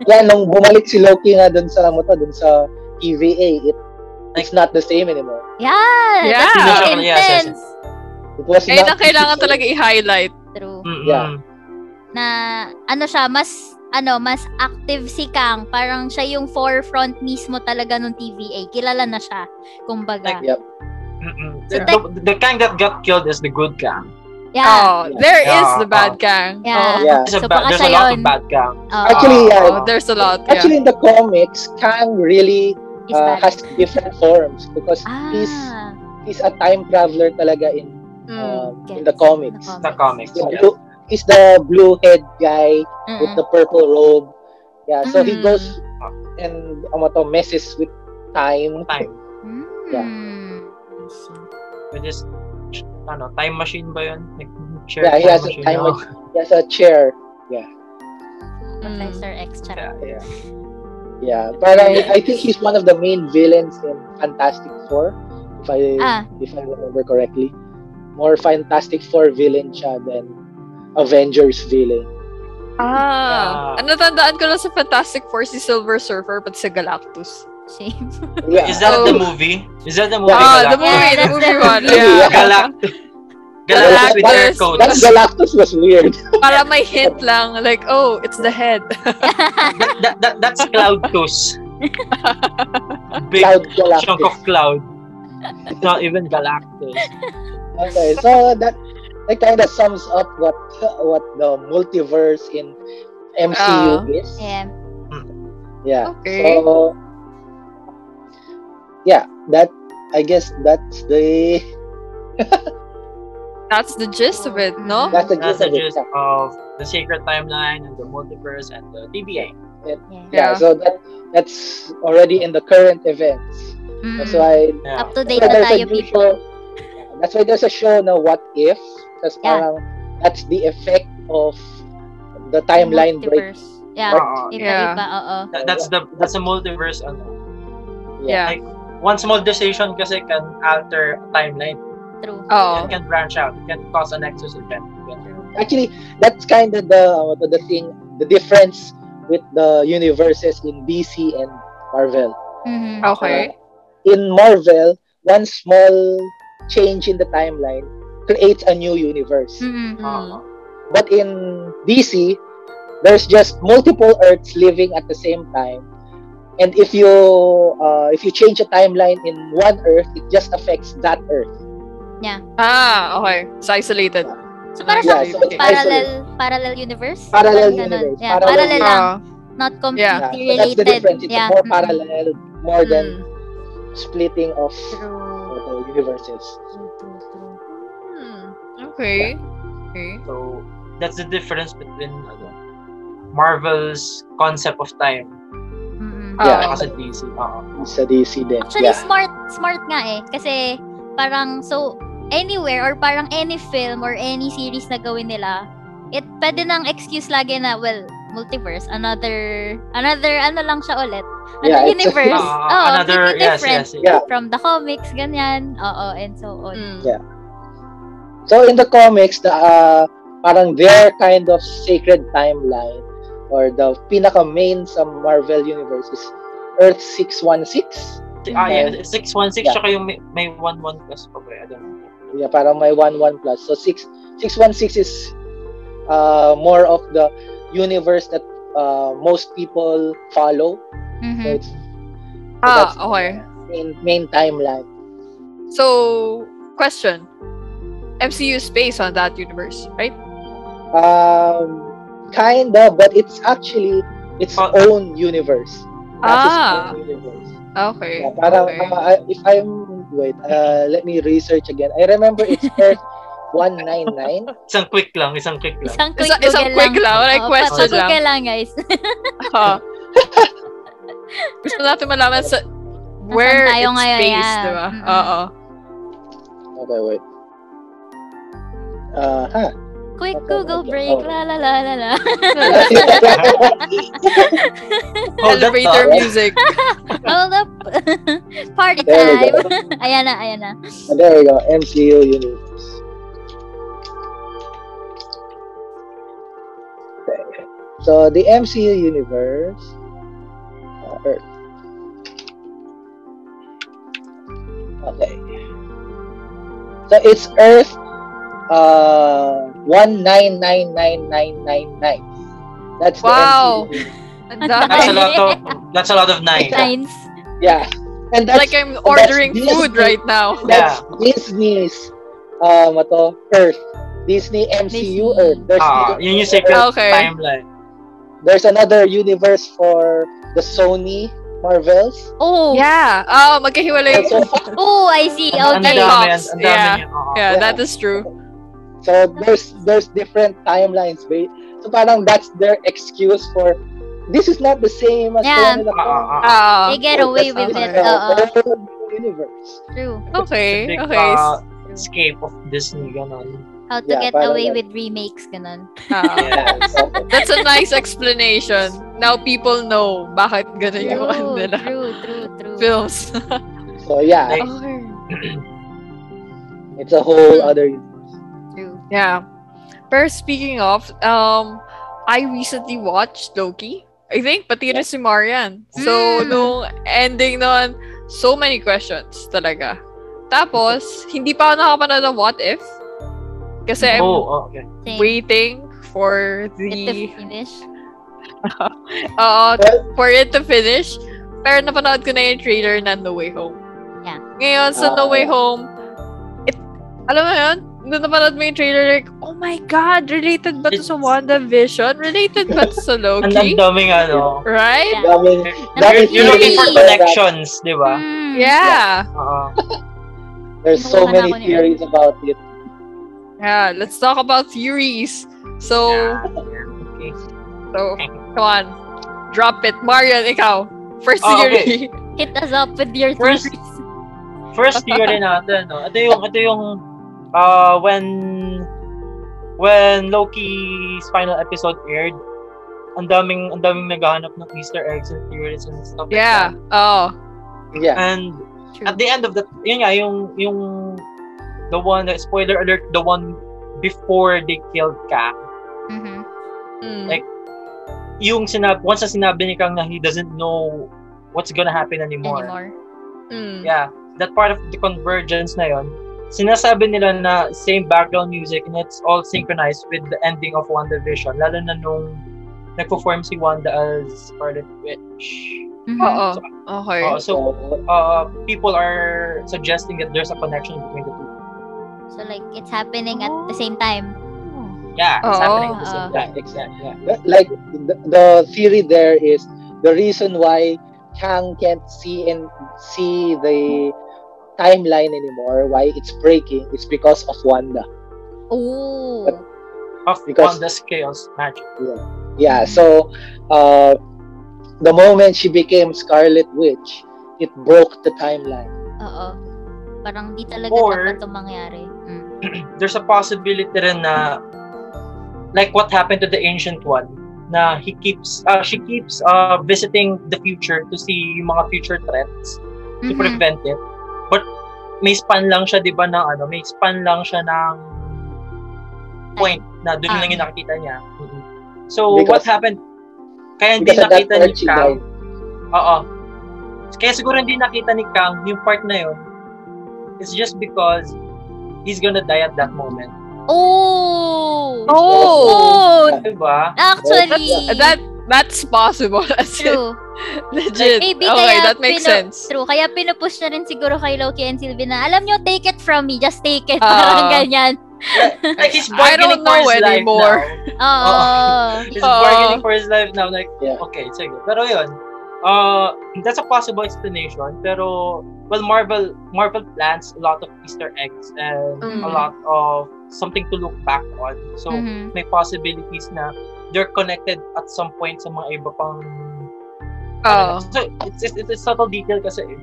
Speaker 1: yeah, nung bumalik si Loki nga dun sa mo to, dun sa TVA, it, it's not the same anymore.
Speaker 4: Yeah,
Speaker 3: Yeah.
Speaker 4: that's
Speaker 2: Yeah,
Speaker 4: very
Speaker 2: yes, yes, yes.
Speaker 4: intense.
Speaker 1: It was
Speaker 3: Ayun ang kailangan talaga i-highlight.
Speaker 4: True.
Speaker 2: Mm-mm.
Speaker 1: Yeah.
Speaker 4: Na ano siya, mas ano, mas active si Kang. Parang siya yung forefront mismo talaga ng TVA. Kilala na siya. Kumbaga.
Speaker 1: Like- Yep.
Speaker 2: Mm-mm.
Speaker 4: So,
Speaker 2: Mm-hmm. The, the, the Kang that got killed is the good Kang.
Speaker 4: yeah.
Speaker 3: Oh, there is
Speaker 2: Yeah,
Speaker 3: the bad gang.
Speaker 4: Yeah.
Speaker 3: Oh,
Speaker 1: Yeah.
Speaker 2: There's a,
Speaker 4: So,
Speaker 2: ba-
Speaker 4: baka
Speaker 2: there's a
Speaker 4: siya
Speaker 2: lot
Speaker 4: yun.
Speaker 2: of bad Ah, Kang.
Speaker 4: Oo.
Speaker 1: Actually, yeah.
Speaker 3: oh, there's a lot. Yeah.
Speaker 1: Actually, in the comics, Kang really
Speaker 4: Is
Speaker 1: uh,
Speaker 4: bad.
Speaker 1: has different forms because he's
Speaker 4: ah.
Speaker 1: he's a time traveler talaga in
Speaker 3: Mm.
Speaker 1: um, in
Speaker 4: Gets.
Speaker 1: the comics.
Speaker 4: In
Speaker 2: The comics.
Speaker 1: The
Speaker 2: Yeah.
Speaker 1: blue, he's the blue-head guy with
Speaker 4: Mm-mm.
Speaker 1: the purple robe. Yeah, so he
Speaker 3: Mhm.
Speaker 1: goes and um, to messes with time.
Speaker 2: Time.
Speaker 1: Yeah.
Speaker 4: Mm. I see.
Speaker 2: Which is, ano, time machine ba yun? Like, shared
Speaker 1: Yeah, he
Speaker 2: time
Speaker 1: has a
Speaker 2: machine, Oh,
Speaker 1: time.
Speaker 2: no?
Speaker 1: machine. He has a chair.
Speaker 4: Professor X. Charot.
Speaker 2: Yeah.
Speaker 1: Yeah. Yeah, parang I think he's one of the main villains in Fantastic Four, if I
Speaker 4: Ah.
Speaker 1: if I remember correctly. More Fantastic Four villain siya than Avengers villain.
Speaker 3: Ah,
Speaker 2: Ah.
Speaker 3: ang natandaan ko lang sa Fantastic Four si Silver Surfer pati sa Galactus.
Speaker 4: Shame.
Speaker 1: Yeah.
Speaker 2: Is that
Speaker 3: Oh.
Speaker 2: the movie? Is that the movie? Galactus?
Speaker 3: Ah, the movie, the
Speaker 4: that's
Speaker 3: movie
Speaker 4: the
Speaker 3: one.
Speaker 1: movie.
Speaker 2: Galact-
Speaker 3: Yeah.
Speaker 2: Galactus with air
Speaker 3: Galactus.
Speaker 1: that
Speaker 2: codes.
Speaker 1: Galactus was weird.
Speaker 3: Para may hint lang, like, oh, it's the head.
Speaker 2: That, that, that, that's Cloudus. Big
Speaker 1: Cloud
Speaker 2: chunk
Speaker 1: Galactus.
Speaker 2: of cloud. It's not even Galactus.
Speaker 1: Okay, so that that kind of sums up what what the multiverse in
Speaker 2: Oh.
Speaker 1: MCU is.
Speaker 4: yeah.
Speaker 1: Yeah.
Speaker 3: Okay.
Speaker 1: So yeah, that I guess that's the
Speaker 3: That's the gist of it, no?
Speaker 1: that's the gist
Speaker 2: That's the
Speaker 1: of it.
Speaker 2: gist of the sacred timeline and the multiverse and the TBA.
Speaker 4: Yeah.
Speaker 1: Yeah,
Speaker 3: Yeah.
Speaker 1: so that that's already in the current events.
Speaker 4: Mm.
Speaker 1: That's why
Speaker 2: Yeah.
Speaker 4: Up to
Speaker 1: that's
Speaker 4: date
Speaker 1: why
Speaker 4: na
Speaker 1: uh, there's
Speaker 4: tayo,
Speaker 1: a new
Speaker 4: people.
Speaker 1: show. That's why there's a show na What If. Kasi
Speaker 4: Yeah.
Speaker 1: parang that's the effect of the timeline break.
Speaker 4: Multiverse. Yeah.
Speaker 2: Oo.
Speaker 4: Iba-iba, oo.
Speaker 2: That- that's the that's the multiverse ano.
Speaker 3: Yeah.
Speaker 2: One small decision kasi can alter timeline.
Speaker 4: True.
Speaker 3: Oh.
Speaker 2: It can branch out. It can cause a nexus event.
Speaker 4: Hmm.
Speaker 1: Actually, that's kind of the uh, the thing, the difference with the universes in DC and Marvel.
Speaker 4: Mhm.
Speaker 3: Okay.
Speaker 1: in Marvel, one small change in the timeline creates a new universe.
Speaker 4: Mhm.
Speaker 2: Uh,
Speaker 3: Mm.
Speaker 1: But in DC, there's just multiple Earths living at the same time. And if you uh, if you change a timeline in one Earth, it just affects that Earth.
Speaker 3: Ah, okay. So isolated.
Speaker 4: So para
Speaker 1: Yeah,
Speaker 4: sa
Speaker 1: so it's
Speaker 4: parallel parallel universe?
Speaker 1: Parallel
Speaker 4: Ganun.
Speaker 1: universe.
Speaker 4: Yeah,
Speaker 1: Parallel
Speaker 4: parallel lang.
Speaker 3: Ah,
Speaker 4: Not
Speaker 1: Yeah,
Speaker 3: Yeah.
Speaker 1: so
Speaker 4: completely
Speaker 1: that's the
Speaker 4: related.
Speaker 1: difference. It's
Speaker 4: yeah. Mm.
Speaker 1: more
Speaker 4: Mm-mm.
Speaker 1: parallel more than
Speaker 3: mm.
Speaker 1: splitting of
Speaker 4: True.
Speaker 1: uh, universes.
Speaker 4: True, true, true.
Speaker 3: Hmm, Okay. Okay.
Speaker 2: So that's the difference between ano, Marvel's concept of time
Speaker 4: Mm-mm.
Speaker 1: Yeah.
Speaker 3: Ah,
Speaker 2: kasi DC. Oo.
Speaker 1: Sa DC din.
Speaker 4: mm-hmm. Actually,
Speaker 1: yeah.
Speaker 4: smart, smart nga eh. Kasi parang so anywhere or parang any film or any series na gawin nila, it pwede nang excuse lagi na, well, multiverse, another, another ano lang siya ulit.
Speaker 1: Yeah,
Speaker 4: Another
Speaker 1: it's-
Speaker 4: universe.
Speaker 2: Ah,
Speaker 4: oh,
Speaker 2: another,
Speaker 4: completely
Speaker 2: yes,
Speaker 4: different
Speaker 2: yes, yes.
Speaker 1: Yeah.
Speaker 4: from the comics, ganyan. Oo, and so on.
Speaker 3: mm.
Speaker 1: Yeah. So in the comics, the uh, parang their kind of sacred timeline or the pinaka main sa Marvel universe is Earth 616.
Speaker 2: Ah, yeah.
Speaker 1: Okay.
Speaker 2: 616
Speaker 1: Yeah.
Speaker 2: tsaka yung may, may 11 plus pa ba? I don't know.
Speaker 1: Yeah, parang may 11 plus. So 6 616 is uh, more of the universe that uh, most people follow.
Speaker 3: Mm.
Speaker 1: So
Speaker 4: Mhm.
Speaker 1: it's so
Speaker 3: Ah,
Speaker 1: that's
Speaker 3: okay.
Speaker 1: the main main timeline.
Speaker 3: So, question. MCU is based on that universe, right?
Speaker 1: Um kinda, but it's actually its
Speaker 2: Oh.
Speaker 1: own universe. That's its
Speaker 3: Ah.
Speaker 1: own universe.
Speaker 3: Okay.
Speaker 1: Yeah, parang
Speaker 3: okay.
Speaker 1: uh, I- if I'm wait, uh, let me research again. I remember it's Earth 199.
Speaker 2: Isang quick lang, isang quick lang.
Speaker 4: Isang quick
Speaker 3: Isa- isang
Speaker 4: Google Oh,
Speaker 3: quick lang, like
Speaker 4: Oo,
Speaker 3: question lang.
Speaker 4: papagoogle lang, guys.
Speaker 3: Ah. Gusto natin malaman sa where
Speaker 4: tayo
Speaker 3: it's
Speaker 4: ngayon,
Speaker 3: based, Ah,
Speaker 4: yeah. Mm-hmm.
Speaker 3: di ba?
Speaker 4: Mm-mm.
Speaker 3: Oo.
Speaker 1: Oh, Okay, wait. Uh, huh.
Speaker 4: Quick Google break,
Speaker 1: Oo.
Speaker 4: la la la la la.
Speaker 2: Hold up,
Speaker 3: Elevator
Speaker 2: ah.
Speaker 3: music.
Speaker 4: Hold up. Party
Speaker 1: There we
Speaker 4: time.
Speaker 1: go.
Speaker 4: ayan na, ayan na.
Speaker 1: there we go. MCU universe. Okay. So the MCU universe, uh, Earth. Okay. So it's Earth uh, 1999999. That's the
Speaker 3: Wow.
Speaker 1: MCU.
Speaker 3: Ang dami.
Speaker 2: That's a lot of that's a lot of nine.
Speaker 4: Lines.
Speaker 1: Yeah. And that's
Speaker 3: Like I'm ordering food right now.
Speaker 1: That's Disney's um, ato, Earth. Disney MCU
Speaker 4: Disney.
Speaker 1: Earth. There's,
Speaker 2: Ah, yun yung secret
Speaker 3: Ah, okay.
Speaker 2: timeline.
Speaker 1: there's another universe for the Sony Marvels.
Speaker 4: Oh.
Speaker 3: Yeah. Oh, magkahiwalay.
Speaker 1: So,
Speaker 4: Oh, I see.
Speaker 2: Ang
Speaker 4: Okay.
Speaker 2: dami,
Speaker 3: Xbox,
Speaker 2: ang dami.
Speaker 3: yeah.
Speaker 2: niya. Oo.
Speaker 3: Yeah, that is true.
Speaker 1: so there's there's different timelines, ba? So parang that's their excuse for this is not the same as
Speaker 4: Yeah.
Speaker 1: the one in the
Speaker 2: Ah, ah, ah.
Speaker 3: Ah,
Speaker 4: They get away with it. Uh-uh. Oo.
Speaker 1: universe.
Speaker 4: True.
Speaker 3: okay.
Speaker 2: Big,
Speaker 3: Okay.
Speaker 2: uh,
Speaker 4: True.
Speaker 2: escape of Disney, ganon.
Speaker 4: How to
Speaker 1: Yeah,
Speaker 4: get
Speaker 1: parang
Speaker 4: away
Speaker 1: ganun.
Speaker 4: with remakes, ganun.
Speaker 3: Ah.
Speaker 2: Yes.
Speaker 3: That's a nice explanation. Now people know bakit ganun yung ano
Speaker 4: True,
Speaker 3: nila.
Speaker 4: true, true, true.
Speaker 3: Films.
Speaker 1: so yeah,
Speaker 2: Like-
Speaker 3: Okay.
Speaker 1: it's a
Speaker 4: Hmm.
Speaker 1: whole other universe.
Speaker 4: True.
Speaker 3: Yeah. Pero speaking of, um, I recently watched Loki. I think, pati rin si Marian. So,
Speaker 4: Mm.
Speaker 3: nung ending nun, so many questions talaga. Tapos, hindi pa ako nakapanood ng What If. Kasi I'm
Speaker 2: Oh, okay.
Speaker 4: Same.
Speaker 3: waiting for
Speaker 4: Get the
Speaker 3: the...
Speaker 4: finish.
Speaker 3: Oo,
Speaker 1: Well-
Speaker 3: for it to finish. Pero napanood ko na yung trailer na No Way Home.
Speaker 4: Yeah.
Speaker 3: Ngayon, sa No
Speaker 1: Ah.
Speaker 3: Way Home, it, alam mo yun, nung napanood mo yung trailer, like, oh my God, related ba to sa WandaVision? Related ba to sa
Speaker 2: Ang
Speaker 3: Loki?
Speaker 2: dam- daming ano.
Speaker 3: Right?
Speaker 4: Yeah.
Speaker 1: Daming-
Speaker 2: You're,
Speaker 1: daming
Speaker 2: you're looking for
Speaker 1: theories about that.
Speaker 2: connections, di ba?
Speaker 4: Mm.
Speaker 3: Yeah.
Speaker 2: Oo.
Speaker 1: There's so
Speaker 4: Nakuha na
Speaker 1: many
Speaker 4: ako ni
Speaker 1: theories about it.
Speaker 3: Yeah, let's talk about theories. So,
Speaker 2: Yeah, yeah, okay.
Speaker 3: so come on. Drop it. Marian, ikaw. First
Speaker 2: Oh,
Speaker 3: theory.
Speaker 4: Hit us up with your
Speaker 2: First-
Speaker 4: theories.
Speaker 2: First theory natin, no? ito yung, ito yung, uh, when, when Loki's final episode aired, ang daming, ang daming naghahanap ng Easter eggs and theories and stuff like
Speaker 3: Yeah.
Speaker 2: that.
Speaker 3: Oh.
Speaker 1: Yeah.
Speaker 2: And
Speaker 4: True.
Speaker 2: at the end of the, yun nga, yung, yung, the one, spoiler alert, the one before they killed Kang,
Speaker 4: Mhm.
Speaker 3: Mm.
Speaker 2: Like, yung sinab, once na sinabi ni Kang na he doesn't know what's gonna happen anymore.
Speaker 4: Anymore.
Speaker 3: mm.
Speaker 2: Yeah, that part of the convergence na yon, sinasabi nila na same background music and it's all synchronized with the ending of WandaVision, lalo na nung nagpo-form si Wanda as Scarlet Witch.
Speaker 4: Mhm.
Speaker 3: Oo. Okay.
Speaker 2: Oo, Oh, so,
Speaker 1: So,
Speaker 2: uh, people are suggesting that there's a connection between the two.
Speaker 4: So like it's happening at the
Speaker 3: Ah.
Speaker 4: same time.
Speaker 2: Yeah, it's
Speaker 3: Oo.
Speaker 2: happening at the same
Speaker 4: Oo.
Speaker 2: time. Exactly. Yeah.
Speaker 1: like the, the theory there is the reason why Kang can't see and see the timeline anymore, why it's breaking, is because of Wanda.
Speaker 4: Oh.
Speaker 1: But-
Speaker 2: Of
Speaker 1: Because-
Speaker 2: Wanda's chaos magic.
Speaker 1: Yeah, so uh, the moment she became Scarlet Witch, it broke the timeline.
Speaker 4: Oo. Parang di talaga
Speaker 2: Or-
Speaker 4: dapat 'to mangyari. Mm.
Speaker 2: There's a possibility rin na like what happened to the ancient one na he keeps uh, she keeps uh, visiting the future to see yung mga future threats to
Speaker 4: Mhm.
Speaker 3: Mm-hmm.
Speaker 2: prevent it. But may span lang siya, di ba, ng ano, may span lang siya ng point na doon lang yung
Speaker 4: Ah.
Speaker 2: nakikita niya. Mhm. So, what
Speaker 1: Because-
Speaker 2: happened? Kaya hindi
Speaker 1: Because at that
Speaker 2: nakita ni
Speaker 1: point, she
Speaker 2: Kang.
Speaker 1: died.
Speaker 2: Oo. Kaya siguro hindi nakita ni Kang yung part na yun. It's just because he's gonna die at that moment.
Speaker 4: Oh.
Speaker 3: Oh.
Speaker 2: Di ba?
Speaker 4: Actually.
Speaker 3: That's, that that's possible. As in,
Speaker 4: true.
Speaker 3: Legit.
Speaker 4: Maybe
Speaker 3: okay,
Speaker 4: kaya
Speaker 3: that makes
Speaker 4: pinu-
Speaker 3: sense.
Speaker 4: True. Kaya pinupush na rin siguro kay Loki and Sylvie na, alam nyo, take it from me. Just take it.
Speaker 3: Ah.
Speaker 4: Parang ganyan.
Speaker 2: Like, he's
Speaker 3: I
Speaker 2: bargaining for
Speaker 3: don't know
Speaker 2: his life
Speaker 3: anymore.
Speaker 2: now.
Speaker 4: Oo.
Speaker 3: Oh.
Speaker 2: He's
Speaker 3: Oo.
Speaker 2: bargaining for his life now. Like,
Speaker 1: Yeah.
Speaker 2: okay, sige. Pero yun, uh, that's a possible explanation. Pero, well, Marvel Marvel plans a lot of Easter eggs and
Speaker 3: Mm. Mm-hmm.
Speaker 2: a lot of something to look back on. So,
Speaker 4: Mhm.
Speaker 2: may possibilities na they're connected at some point sa mga iba pang...
Speaker 3: Oh.
Speaker 2: So, it's, it's, it's a subtle detail kasi eh.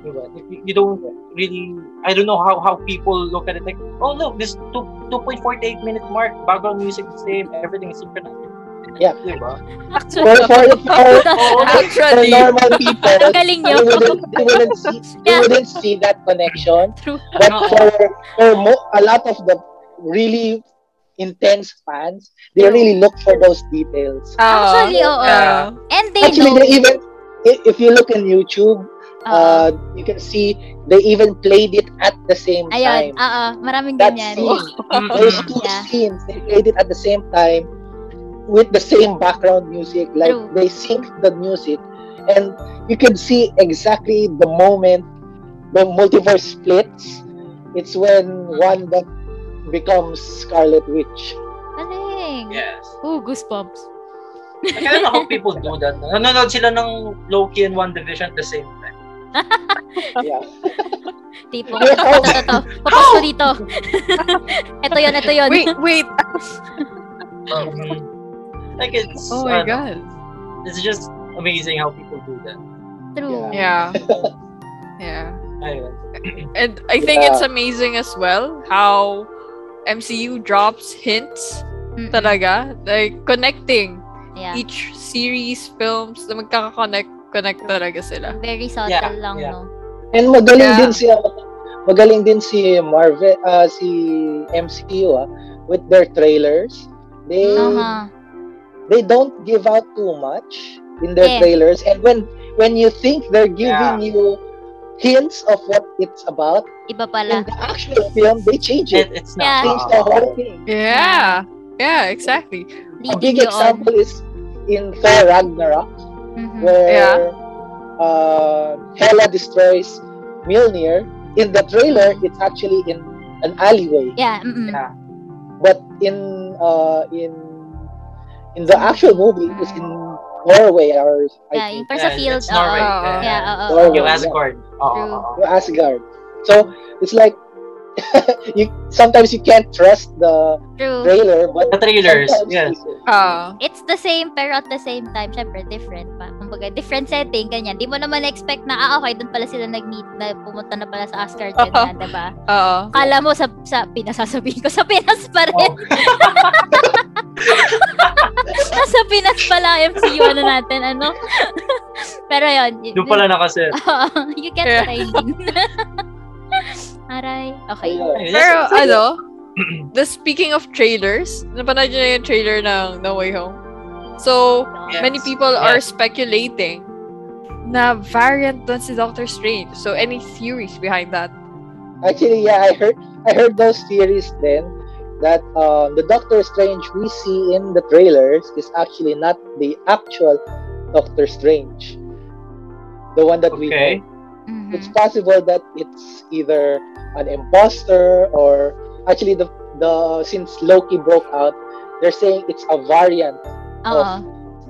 Speaker 2: Diba? You, you don't really... I don't know how how people look at it like, oh look, this 2, 2.48 minute mark, background music the same, everything is synchronized.
Speaker 1: Yeah.
Speaker 2: Diba?
Speaker 1: For, for, for,
Speaker 2: Oo,
Speaker 1: for
Speaker 3: Actually,
Speaker 1: normal people,
Speaker 4: Ang galing
Speaker 1: they
Speaker 4: nyo.
Speaker 1: wouldn't, they wouldn't see, they
Speaker 4: Yeah.
Speaker 1: wouldn't see that connection.
Speaker 4: True.
Speaker 1: But
Speaker 2: Oo.
Speaker 1: for for mo- a lot of the really intense fans, they really look for those details.
Speaker 3: oh,
Speaker 4: Actually, oo.
Speaker 3: yeah.
Speaker 4: And they
Speaker 1: Actually,
Speaker 4: know.
Speaker 1: they even i- if you look in YouTube,
Speaker 4: Oo.
Speaker 1: Uh, you can see they even played it at the same time.
Speaker 4: Ayun, oo. Maraming
Speaker 1: That
Speaker 4: ganyan.
Speaker 1: scene.
Speaker 2: Mm-mm.
Speaker 1: There's two
Speaker 4: Yeah.
Speaker 1: scenes. They played it at the same time with the same background music. Like
Speaker 4: True.
Speaker 1: they synced the music, and you can see exactly the moment the multiverse splits. It's when Wanda becomes Scarlet Witch.
Speaker 4: Galing.
Speaker 2: Yes.
Speaker 4: Ooh, goosebumps.
Speaker 2: I kind of hope people do that. Nanonood sila ng Loki and WandaVision at the same time.
Speaker 4: Oh.
Speaker 1: Yeah.
Speaker 4: Tipo, ito, ito, ito. Papost ko dito. ito yun, ito yun.
Speaker 3: Wait, wait.
Speaker 2: Like it's,
Speaker 3: Oh my
Speaker 2: ano,
Speaker 3: god.
Speaker 2: it's just amazing how people do that.
Speaker 4: True.
Speaker 3: Yeah. Yeah.
Speaker 2: Ayun.
Speaker 3: And I think
Speaker 1: Yeah.
Speaker 3: it's amazing as well how MCU drops hints
Speaker 4: Mm-mm.
Speaker 3: talaga like connecting
Speaker 4: Yeah.
Speaker 3: each series films na magkaka-connect connect talaga sila.
Speaker 4: Very subtle
Speaker 2: Yeah,
Speaker 4: lang,
Speaker 2: yeah.
Speaker 4: no?
Speaker 1: And magaling
Speaker 3: Yeah.
Speaker 1: din si magaling din si Marvel ah, si MCU ah, with their trailers. They
Speaker 2: Mm.
Speaker 4: Uh-huh.
Speaker 1: they don't give out too much in their
Speaker 4: Yeah.
Speaker 1: trailers and when when you think they're giving
Speaker 2: Yeah.
Speaker 1: you hints of what it's about
Speaker 4: Iba
Speaker 1: in
Speaker 4: pala.
Speaker 1: the actual film they change
Speaker 2: It,
Speaker 1: it
Speaker 2: it's not.
Speaker 4: Yeah.
Speaker 1: change the whole thing
Speaker 3: Yeah. Yeah, exactly.
Speaker 1: a
Speaker 4: Leading
Speaker 1: big
Speaker 4: you
Speaker 1: example is in Thor Ragnarok
Speaker 4: on. Mhm.
Speaker 1: where
Speaker 3: Yeah.
Speaker 1: uh, Hela destroys Mjolnir in the trailer it's actually in an alleyway
Speaker 4: Yeah, mm-mm.
Speaker 2: Yeah.
Speaker 3: Mm.
Speaker 1: but in uh, in in the actual movie it's in Norway or I think
Speaker 4: Yeah, yung parang sa
Speaker 2: Yeah,
Speaker 4: field.
Speaker 2: It's Norway.
Speaker 3: oo.
Speaker 4: oo. Yeah, oo.
Speaker 1: Norway.
Speaker 4: oo.
Speaker 2: Yung Asgard. Oo,
Speaker 4: True.
Speaker 2: oo, oo.
Speaker 1: to Asgard. So it's like you sometimes you can't trust the
Speaker 4: True.
Speaker 1: trailer, but
Speaker 2: The trailers.
Speaker 1: sometimes
Speaker 2: Yes.
Speaker 1: you-
Speaker 3: Ah,
Speaker 4: It's the same pero at the same time, syempre different pa. Kumbaga, different setting, ganyan. Di mo naman expect na, ah, okay, doon pala sila nag-meet na pumunta na pala sa Asgard, ganyan, diba?
Speaker 3: ah.
Speaker 4: Kala mo sa, sa pinasasabihin ko, sa Pinas pa rin.
Speaker 2: Oh,
Speaker 4: Nasa Pinas pala MCU ano natin, ano? Pero yun. y-
Speaker 2: doon pala nakaset.
Speaker 4: Oo, you get
Speaker 3: Yeah.
Speaker 4: what I mean. Aray. Okay.
Speaker 1: Ayun.
Speaker 2: Ayun,
Speaker 3: Pero
Speaker 2: that's-
Speaker 3: ano, the speaking of trailers, napanood nyo na yung trailer ng No Way Home? So,
Speaker 2: Yes.
Speaker 3: many people
Speaker 2: yes.
Speaker 3: are speculating na variant dun si Doctor Strange. So, any theories behind that?
Speaker 1: Actually, yeah, I heard I heard those theories then that um, the Doctor Strange we see in the trailers is actually not the actual Doctor Strange, the one that we
Speaker 2: Okay.
Speaker 1: know.
Speaker 4: Mhm.
Speaker 1: It's possible that it's either an imposter or actually the the since Loki broke out, they're saying it's a variant
Speaker 4: Oo.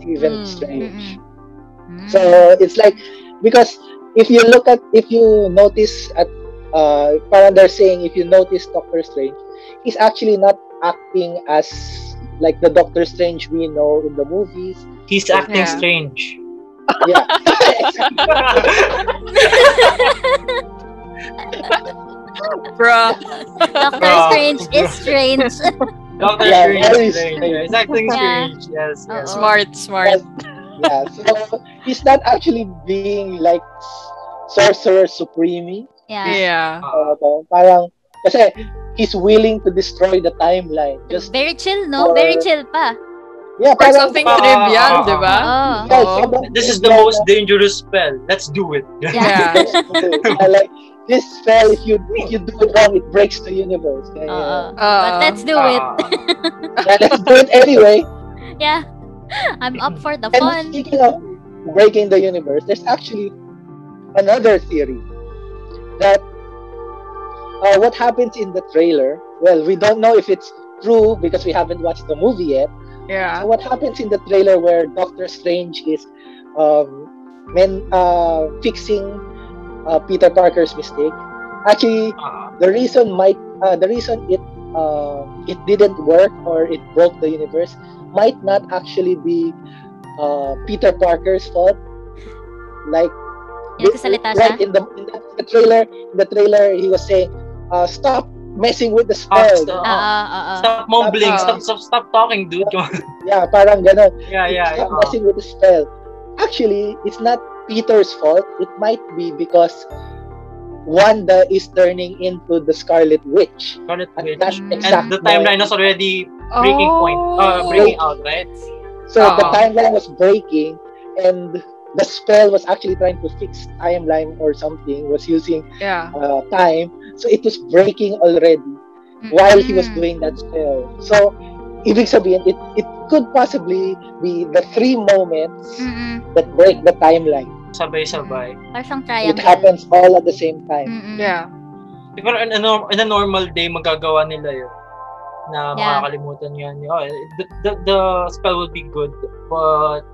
Speaker 1: Stephen
Speaker 3: Mm,
Speaker 1: Strange.
Speaker 4: Mm-mm. Mm.
Speaker 1: So it's like because if you look at if you notice at uh parang they're saying if you notice Doctor Strange, he's actually not acting as like the Doctor Strange we know in the movies.
Speaker 2: He's acting
Speaker 3: Yeah.
Speaker 2: strange.
Speaker 1: Yeah.
Speaker 3: Bruh.
Speaker 4: Doctor
Speaker 1: uh,
Speaker 2: Wow.
Speaker 4: Strange is strange.
Speaker 2: Doctor
Speaker 1: Yeah,
Speaker 2: Strange
Speaker 1: very
Speaker 2: is strange.
Speaker 1: strange.
Speaker 2: He's acting
Speaker 4: Yeah.
Speaker 2: strange. Yes,
Speaker 4: Oo.
Speaker 2: yes.
Speaker 3: Smart, smart.
Speaker 1: yeah. So he's not actually being like sorcerer supreme.
Speaker 4: yeah.
Speaker 3: Yeah.
Speaker 1: Uh, parang kasi he's willing to destroy the timeline. Just uh,
Speaker 4: Very chill, no?
Speaker 1: Or-
Speaker 4: Very chill pa.
Speaker 1: yeah,
Speaker 3: Or
Speaker 1: parang
Speaker 3: something
Speaker 2: Ah,
Speaker 3: trivial,
Speaker 2: ah, ah,
Speaker 3: di ba?
Speaker 4: Oo.
Speaker 1: Yeah,
Speaker 3: Oo.
Speaker 1: sobrang-
Speaker 2: This is the
Speaker 1: yeah,
Speaker 2: most dangerous spell. Let's do it.
Speaker 3: Yeah.
Speaker 1: I like this spell. If you if you do it wrong, it breaks the universe. Yeah, yeah.
Speaker 4: Oo.
Speaker 3: Ah.
Speaker 4: But let's do it.
Speaker 2: Ah.
Speaker 1: Yeah, let's do it anyway.
Speaker 4: Yeah. I'm up for the
Speaker 1: uh, And
Speaker 4: fun.
Speaker 1: speaking of breaking the universe, there's actually another theory that uh, what happens in the trailer. Well, we don't know if it's true because we haven't watched the movie yet. So
Speaker 3: Yeah.
Speaker 1: what happens in the trailer where Doctor Strange is um, men, uh, fixing uh, Peter Parker's mistake? Actually,
Speaker 2: Ah.
Speaker 1: the reason might uh, the reason it uh, it didn't work or it broke the universe might not actually be uh, Peter Parker's fault. Like
Speaker 4: Yung nagsasalita siya.
Speaker 1: like in the in the, in the trailer in the trailer he was saying, uh, "Stop messing with the
Speaker 2: Ah,
Speaker 1: spell."
Speaker 2: stop.
Speaker 4: Oo, oo.
Speaker 2: Stop mumbling.
Speaker 3: Ah.
Speaker 2: Stop, stop, stop talking, dude.
Speaker 1: Yeah, parang ganon.
Speaker 2: yeah, yeah.
Speaker 1: Stop
Speaker 2: yeah. Ah.
Speaker 1: messing with the spell. Actually, it's not Peter's fault. It might be because Wanda is turning into the Scarlet Witch.
Speaker 2: Scarlet
Speaker 1: At
Speaker 2: Witch.
Speaker 1: that
Speaker 4: And
Speaker 1: exact
Speaker 2: And the timeline
Speaker 1: moment.
Speaker 2: is already
Speaker 3: Oh.
Speaker 2: breaking point. Uh, breaking out, right?
Speaker 1: So the
Speaker 3: Oo.
Speaker 1: timeline was breaking, and the spell was actually trying to fix time line or something was using
Speaker 3: Yeah.
Speaker 1: uh, time so it was breaking already while he was
Speaker 4: Mm.
Speaker 1: doing that spell so ibig sabihin it it could possibly be the three moments
Speaker 4: Mm-mm.
Speaker 1: that break the timeline
Speaker 2: Sabay-sabay.
Speaker 4: Parang siyang
Speaker 1: it
Speaker 4: triangle.
Speaker 1: happens all at the same time
Speaker 4: Mm-mm.
Speaker 3: Yeah.
Speaker 2: Siguro in a, norm, in a normal day, magagawa nila yun. Na
Speaker 4: Yeah.
Speaker 2: makakalimutan yan. Oh, the, the, the spell will be good, but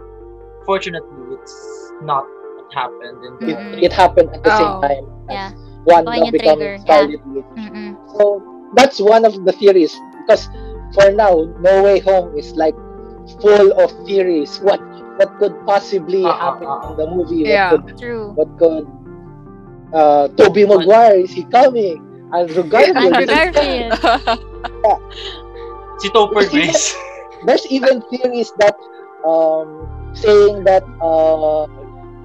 Speaker 2: fortunately, it's not what happened. And
Speaker 1: it,
Speaker 4: Mm.
Speaker 1: it happened at the same
Speaker 3: Oh.
Speaker 1: time as
Speaker 4: Yeah.
Speaker 1: Wanda
Speaker 4: Baka yung trigger.
Speaker 1: becoming Scarlet Witch
Speaker 4: Mm-mm.
Speaker 1: So that's one of the theories because for now, No Way Home is like full of theories. What what could possibly
Speaker 2: Ah,
Speaker 1: happen
Speaker 2: ah, ah.
Speaker 1: in the movie?
Speaker 3: Yeah.
Speaker 1: What could
Speaker 4: True.
Speaker 1: what could uh, Toby Maguire is he coming? Andrew Garfield.
Speaker 4: Andrew
Speaker 1: is he
Speaker 4: Garfield.
Speaker 2: Si Topher
Speaker 1: Is he-
Speaker 2: Grace.
Speaker 1: coming? There's even theories that um, saying that uh,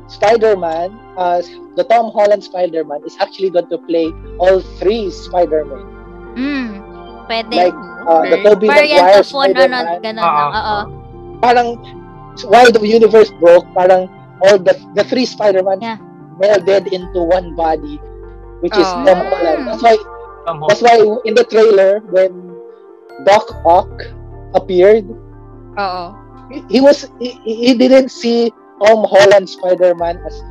Speaker 1: Spider-Man, uh, the Tom Holland Spider-Man, is actually going to play all three Spider-Man.
Speaker 4: Mm. Pwede.
Speaker 1: Like, Uh, the
Speaker 3: Okay.
Speaker 1: Tobey Maguire
Speaker 4: Variant of one or
Speaker 1: Spider-Man.
Speaker 4: not. Ganun.
Speaker 2: Ah,
Speaker 4: lang.
Speaker 3: Uh-huh.
Speaker 4: Oo.
Speaker 1: parang while the universe broke, parang all the the three Spider-Man
Speaker 4: Yeah.
Speaker 1: melded into one body, which is
Speaker 3: Oh.
Speaker 1: Tom Holland. That's why
Speaker 2: Somehow.
Speaker 1: that's why in the trailer when Doc Ock appeared,
Speaker 3: Oo.
Speaker 1: he, he was he, he didn't see Tom Holland Spider-Man as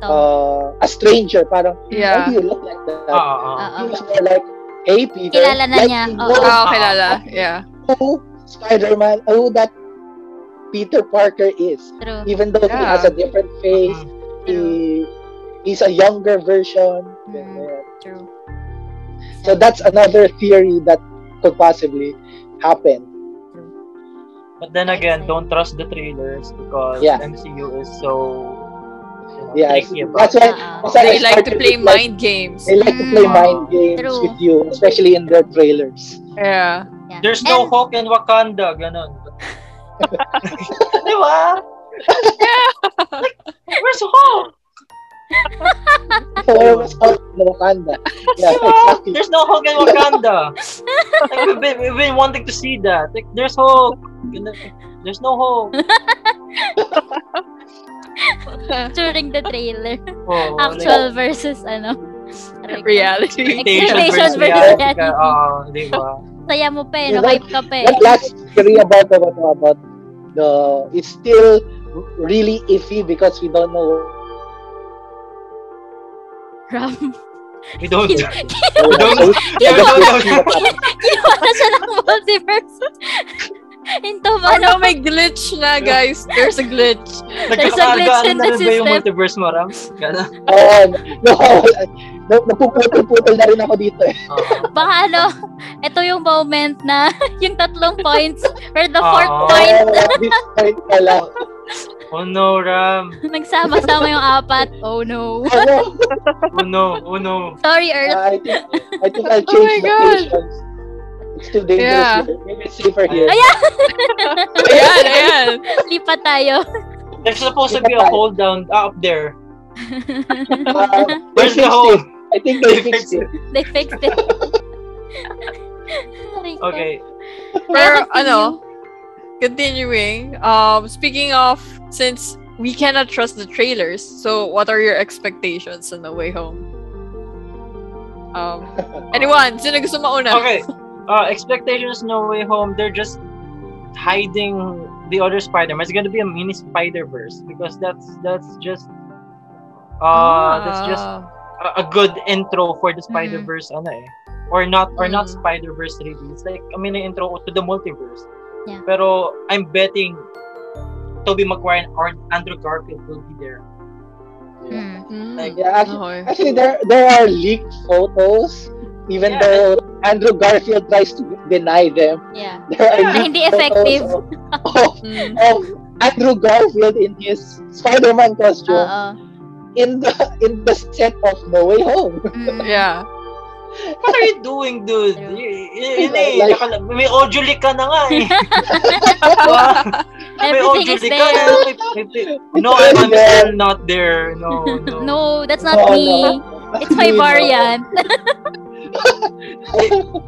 Speaker 4: Tom.
Speaker 1: uh, a stranger. Parang why
Speaker 3: Yeah.
Speaker 1: do you look like that?
Speaker 2: Ah, ah, ah.
Speaker 1: He
Speaker 4: Oo.
Speaker 1: was more like, hey Peter,
Speaker 4: Kilala na
Speaker 1: like
Speaker 4: niya.
Speaker 1: he
Speaker 4: Oo.
Speaker 1: knows
Speaker 3: Oo, kilala. Yeah.
Speaker 1: who Spider-Man, who that Peter Parker is.
Speaker 4: True.
Speaker 1: even though he
Speaker 3: Yeah.
Speaker 1: has
Speaker 3: Uh-huh.
Speaker 1: a different face, he, he's a younger version.
Speaker 3: Mm-hmm.
Speaker 4: Mm. True.
Speaker 1: So that's another theory that could possibly happen.
Speaker 2: But then again, don't trust the trailers because
Speaker 1: Yeah.
Speaker 2: MCU is so you know,
Speaker 1: Yeah,
Speaker 2: tricky about
Speaker 1: that's why.
Speaker 4: Ah,
Speaker 1: that's why I
Speaker 3: They like to
Speaker 1: started
Speaker 3: play
Speaker 1: with, like,
Speaker 3: mind Mm-hmm. games.
Speaker 1: They like to play
Speaker 4: Mm.
Speaker 1: mind games
Speaker 4: True.
Speaker 1: with you, especially in their trailers.
Speaker 3: Yeah.
Speaker 4: yeah.
Speaker 2: There's no
Speaker 4: And-
Speaker 2: Hulk in Wakanda, ganun. Di ba? Like, where's Hulk?
Speaker 1: So I was out in Wakanda. Yeah,
Speaker 2: Di ba?
Speaker 1: exactly.
Speaker 2: There's no Hulk in Wakanda. like, we've been, we've been wanting to see that. Like, there's Hulk. Ganun. There's no Hulk.
Speaker 4: During the trailer.
Speaker 2: Oh,
Speaker 4: Actual versus ano.
Speaker 3: Reality.
Speaker 4: Expectation versus reality.
Speaker 2: Ah, di ba?
Speaker 4: Saya mo pa eh. No?
Speaker 1: Yeah,
Speaker 4: Hype ka pa eh.
Speaker 1: That last theory about about about the it's still really iffy because we don't know.
Speaker 4: Ram.
Speaker 2: We don't.
Speaker 4: Kin-
Speaker 1: We
Speaker 2: don't know.
Speaker 1: We don't know.
Speaker 4: Ginawa na siya ng multiverse. ano, Into
Speaker 2: Ano?
Speaker 4: ba?
Speaker 3: Oh no, may glitch na, guys. There's a glitch.
Speaker 4: There's a glitch
Speaker 2: Nagkakaagaan
Speaker 4: in
Speaker 2: na rin ba
Speaker 4: the
Speaker 2: yung
Speaker 4: system.
Speaker 2: multiverse mo, Ram? Ganun.
Speaker 1: Oo. No, Napuputol-putol na rin ako dito eh.
Speaker 2: Oo.
Speaker 4: Baka ano, ito yung moment na yung tatlong points or the
Speaker 2: Ah.
Speaker 4: fourth point,
Speaker 1: Oo, This point pala.
Speaker 2: Oh no, Ram.
Speaker 4: nagsama-sama yung apat. Oh no.
Speaker 1: Ano?
Speaker 2: Oh no, oh no.
Speaker 4: Sorry, Earth.
Speaker 1: I think I think I'll
Speaker 3: Oh my
Speaker 1: change
Speaker 3: God.
Speaker 1: locations. It's too dangerous
Speaker 3: Yeah.
Speaker 1: here. Maybe it's safer here.
Speaker 4: Ayan!
Speaker 3: Ayan, ayan.
Speaker 4: Lipat tayo.
Speaker 2: There's supposed to be a hold down ah, up there.
Speaker 1: Uh, they
Speaker 2: Where's
Speaker 1: fixed
Speaker 2: the hole?
Speaker 1: it. I think they fixed it.
Speaker 4: They fixed it. Aray ko.
Speaker 2: Okay.
Speaker 3: Pero
Speaker 4: Pero
Speaker 3: ano, continuing, um, speaking of, since we cannot trust the trailers, so what are your expectations on the way home? Um, anyone, sino gusto mauna?
Speaker 2: Okay. Uh, expectations No Way Home, they're just hiding the other Spider-Man. It's gonna be a mini Spider-Verse because that's that's just uh that's
Speaker 3: Ah.
Speaker 2: just
Speaker 4: Ah.
Speaker 2: a, a good intro for the
Speaker 4: Mm-hmm.
Speaker 2: Spider-Verse ano eh. Or not or not
Speaker 3: Mm.
Speaker 2: Spider-Verse really. It's like a mini intro to the multiverse.
Speaker 4: Yeah.
Speaker 2: Pero I'm betting Toby Maguire and Ar- Andrew Garfield will be there.
Speaker 4: Hmm.
Speaker 3: Mm,
Speaker 2: Like,
Speaker 1: Yeah, actually,
Speaker 3: okay.
Speaker 1: actually there there are leaked photos. Even
Speaker 2: Yeah.
Speaker 1: though Andrew Garfield tries to deny them,
Speaker 4: Yeah.
Speaker 1: there are
Speaker 2: Yeah.
Speaker 1: leaked
Speaker 4: Hindi
Speaker 1: photos
Speaker 4: effective.
Speaker 1: Of,
Speaker 3: Mm.
Speaker 1: of Andrew Garfield in his Spider-Man costume
Speaker 4: Oo.
Speaker 1: in the in the set of No Way Home.
Speaker 4: Mm.
Speaker 3: Yeah.
Speaker 2: What are you doing, dude?
Speaker 4: True.
Speaker 2: Y- y- yun eh,
Speaker 1: Like-
Speaker 2: nakala- may audio leak ka na nga eh. may
Speaker 4: Everything
Speaker 2: audio
Speaker 4: is
Speaker 2: leak oh, ka na.
Speaker 4: there.
Speaker 2: May- may- may- No, I'm, I'm still not there. No, no.
Speaker 1: Oh,
Speaker 4: No, that's not me. It's my variant.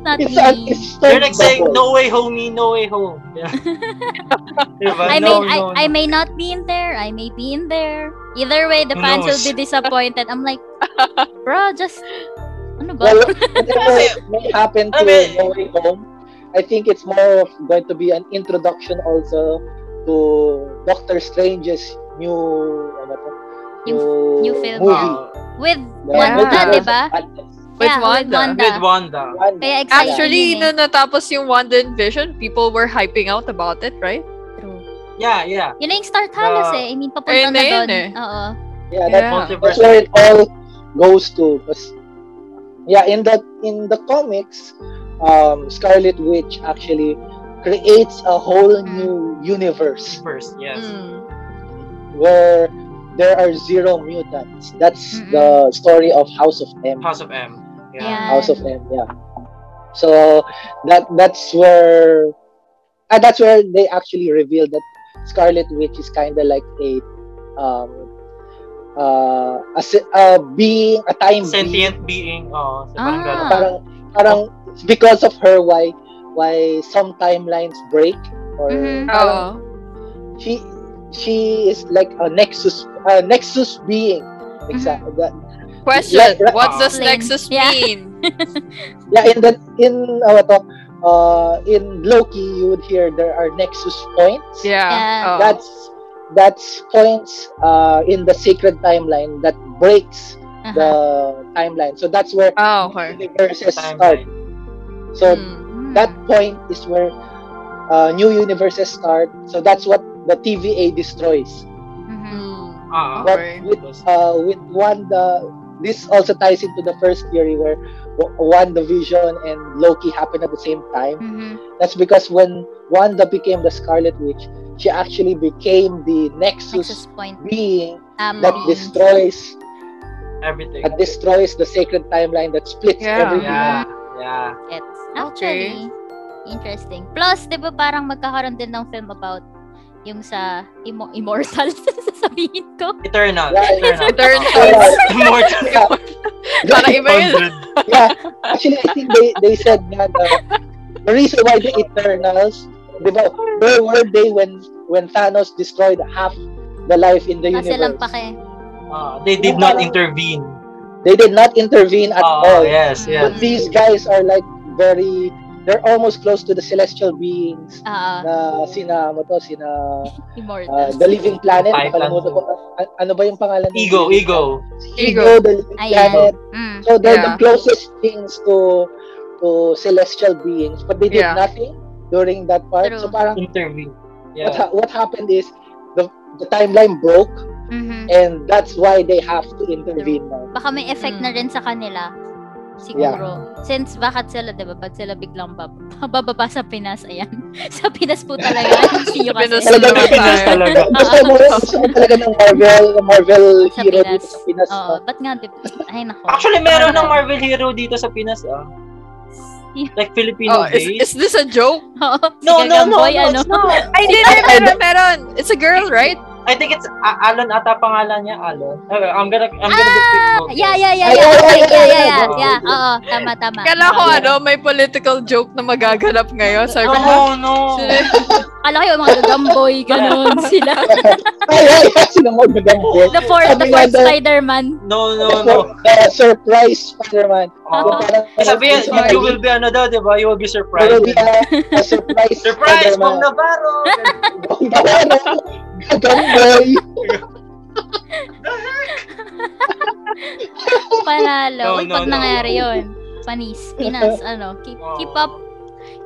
Speaker 4: Not
Speaker 1: It's an
Speaker 4: me.
Speaker 1: instant
Speaker 2: They're like saying,
Speaker 1: bubble.
Speaker 2: no way homie, no way home. Yeah. diba?
Speaker 4: I may
Speaker 2: no, no, no.
Speaker 4: I, I may not be in there. I may be in there. Either way, the
Speaker 2: Who
Speaker 4: fans will
Speaker 2: knows?
Speaker 4: be disappointed. I'm like, bro, just ano ba?
Speaker 1: Well, whatever may happen to
Speaker 2: Alam mo yun.
Speaker 1: No Way Home, I think it's more of going to be an introduction also to Doctor Strange's new ano to,
Speaker 4: New- new film.
Speaker 1: movie.
Speaker 2: Uh,
Speaker 4: With
Speaker 1: Yeah.
Speaker 4: Wanda,
Speaker 1: Wanda,
Speaker 4: di ba?
Speaker 3: With
Speaker 4: Yeah, with
Speaker 3: Wanda.
Speaker 4: Wanda.
Speaker 2: With Wanda.
Speaker 1: Wanda.
Speaker 4: Kaya excited
Speaker 3: Actually,
Speaker 4: yun eh.
Speaker 3: nung natapos yung WandaVision, people were hyping out about it, right?
Speaker 4: True.
Speaker 2: Yeah, yeah.
Speaker 4: Yun na yung start halos
Speaker 2: Ah.
Speaker 4: eh. I mean, papunta
Speaker 3: Ayun
Speaker 4: na
Speaker 3: na yun
Speaker 4: doon.
Speaker 3: eh.
Speaker 4: Oo. Uh-huh.
Speaker 1: Yeah, that, that's
Speaker 2: Multiverse.
Speaker 1: where it all goes to. 'Cause, yeah, in the in the comics, um, Scarlet Witch actually creates a whole
Speaker 2: Mm-hmm.
Speaker 1: new universe
Speaker 2: First, yes.
Speaker 3: Mm.
Speaker 1: where there are zero mutants. That's
Speaker 4: Mm-mm.
Speaker 1: the story of House of M.
Speaker 2: Mm-hmm. House of M. Yeah.
Speaker 4: Yeah.
Speaker 1: House of M, yeah. So that that's where and that's where they actually revealed that Scarlet Witch is kind of like a um uh a, se- a being a time being.
Speaker 2: Sentient being. Oh, sa parang ganun.
Speaker 4: Ah.
Speaker 1: Parang parang because of her why why some timelines break or
Speaker 3: Ah.
Speaker 4: Mhm.
Speaker 1: parang
Speaker 3: Oo.
Speaker 1: she she is like a nexus a nexus being.
Speaker 4: Mm-hmm.
Speaker 1: Exactly. That,
Speaker 3: Question,
Speaker 1: Like-
Speaker 3: what does
Speaker 4: Explain.
Speaker 3: Nexus
Speaker 4: Yeah.
Speaker 3: mean?
Speaker 1: yeah in that in ano to uh in Loki you would hear there are nexus points
Speaker 4: Yeah.
Speaker 3: Yeah. Oh. oo.
Speaker 1: that's that's points uh in the sacred timeline that breaks the
Speaker 4: Uh-huh.
Speaker 1: timeline so that's where
Speaker 3: Ah, okay.
Speaker 1: universes start
Speaker 2: Timeline.
Speaker 1: so
Speaker 3: Mm.
Speaker 4: Hmm.
Speaker 1: that point is where uh, new universes start so that's what the TVA destroys
Speaker 4: Mhm.
Speaker 3: Mm.
Speaker 2: Ah.
Speaker 1: But
Speaker 3: Okay.
Speaker 1: with uh with Wanda this also ties into the first theory where W- WandaVision and Loki happen at the same time
Speaker 4: Mhm.
Speaker 1: That's because when Wanda became the Scarlet Witch, she actually became the Nexus,
Speaker 4: Nexus point.
Speaker 1: being
Speaker 4: Um,
Speaker 1: that
Speaker 4: being.
Speaker 1: destroys
Speaker 2: Everything.
Speaker 1: that destroys the sacred timeline that splits
Speaker 3: Yeah.
Speaker 1: everything.
Speaker 2: Yeah. Yeah.
Speaker 4: It's
Speaker 3: Okay.
Speaker 4: actually interesting. Plus, di ba parang magkakaroon din ng film about yung sa immo- immortal sasabihin ko.
Speaker 2: Eternal.
Speaker 1: Yeah,
Speaker 2: Eternal.
Speaker 3: Eternal.
Speaker 2: Immortal.
Speaker 1: Yeah.
Speaker 3: Parang iba yun.
Speaker 1: yeah. Actually, I think they, they said that uh, the reason why the Eternals, di ba, where were they when when Thanos destroyed half the life in the
Speaker 4: Kasi lang
Speaker 1: universe?
Speaker 4: pake.
Speaker 2: Ah, they did not intervene.
Speaker 1: They did not intervene at
Speaker 2: Oh,
Speaker 1: all.
Speaker 2: yes, yes.
Speaker 1: But these guys are like very, they're almost close to the celestial beings.
Speaker 4: Ah,
Speaker 1: na sina ano to sina uh,
Speaker 4: immortals.
Speaker 1: The Living Planet
Speaker 2: Titan.
Speaker 1: nakalimutan ko a- ano ba yung pangalan nila?
Speaker 2: Ego, ego.
Speaker 1: Ego
Speaker 3: Ego.
Speaker 1: The Living
Speaker 4: Ayan.
Speaker 1: Planet
Speaker 4: Mm.
Speaker 1: so they're the
Speaker 3: Yeah.
Speaker 1: closest things to to celestial beings but they did
Speaker 3: Yeah.
Speaker 1: nothing during that part
Speaker 4: True.
Speaker 1: so parang
Speaker 2: Intervene.
Speaker 1: what,
Speaker 2: Yeah.
Speaker 1: ha- what happened is the the timeline broke
Speaker 4: Mhm.
Speaker 1: and that's why they have to intervene now
Speaker 4: Baka may effect
Speaker 3: Mm.
Speaker 4: na rin sa kanila. Siguro. Since bakit sila, di ba? Pag sila biglang bab- bababa sa Pinas, ayan. sa Pinas po talaga.
Speaker 3: Sa
Speaker 4: Hindi
Speaker 3: Pinas
Speaker 4: kasi.
Speaker 1: Talaga
Speaker 3: naman
Speaker 2: Pinas
Speaker 3: tayo.
Speaker 2: talaga.
Speaker 4: Ah,
Speaker 1: gusto mo rin gusto mo talaga ng Marvel Marvel
Speaker 4: Sa
Speaker 1: hero
Speaker 4: Pinas.
Speaker 1: dito sa Pinas
Speaker 4: Oo,
Speaker 1: no?
Speaker 4: ba't nga, di ba? Ay, nako.
Speaker 2: Actually, meron ng Marvel hero dito sa Pinas, ah. Like Filipino
Speaker 3: Oh,
Speaker 2: base.
Speaker 3: is, is this a joke?
Speaker 4: Oo.
Speaker 2: No,
Speaker 4: Si
Speaker 2: no, no,
Speaker 4: Gagamboy,
Speaker 2: no,
Speaker 4: ano?
Speaker 2: it's not.
Speaker 3: Ay, hindi, hindi, meron, meron. It's a girl, right?
Speaker 2: I think it's A- Alan ata pangalan niya, Alan. Okay, I'm gonna I'm gonna be quick.
Speaker 4: Ah,
Speaker 2: notes.
Speaker 4: yeah, yeah, yeah,
Speaker 1: Ay, ay, ay,
Speaker 4: yeah, okay, yeah,
Speaker 1: ay,
Speaker 4: yeah,
Speaker 1: ay,
Speaker 4: yeah,
Speaker 2: ay,
Speaker 4: yeah,
Speaker 2: ay.
Speaker 4: oo, tama, tama.
Speaker 3: Kala ko, ano, may political joke na magaganap ngayon. Sabi ko,
Speaker 2: Oh,
Speaker 3: ha?
Speaker 2: no.
Speaker 4: Kala ko yung mga gagamboy, ganun sila.
Speaker 1: ay ay ay sinamod mo ng boy
Speaker 4: The fourth,
Speaker 1: Sabi
Speaker 4: the
Speaker 1: nga
Speaker 4: fourth
Speaker 1: daw-
Speaker 4: Spider-Man.
Speaker 2: No, no,
Speaker 1: The
Speaker 2: no.
Speaker 1: sur- the uh, surprise Spider-Man
Speaker 2: Oh. Sabi yan,
Speaker 3: Sorry.
Speaker 2: you will be ano daw, di ba? You will be
Speaker 1: There
Speaker 2: surprised.
Speaker 1: will be a, a surprise.
Speaker 2: Surprise,
Speaker 1: Spider-Man.
Speaker 2: Bong Navarro!
Speaker 1: Gamboy.
Speaker 4: Panalo.
Speaker 2: No,
Speaker 4: Uy,
Speaker 2: no,
Speaker 4: pag
Speaker 2: no.
Speaker 4: nangyari yun. Panis, Pinas, ano. Keep,
Speaker 2: Oh.
Speaker 4: keep up,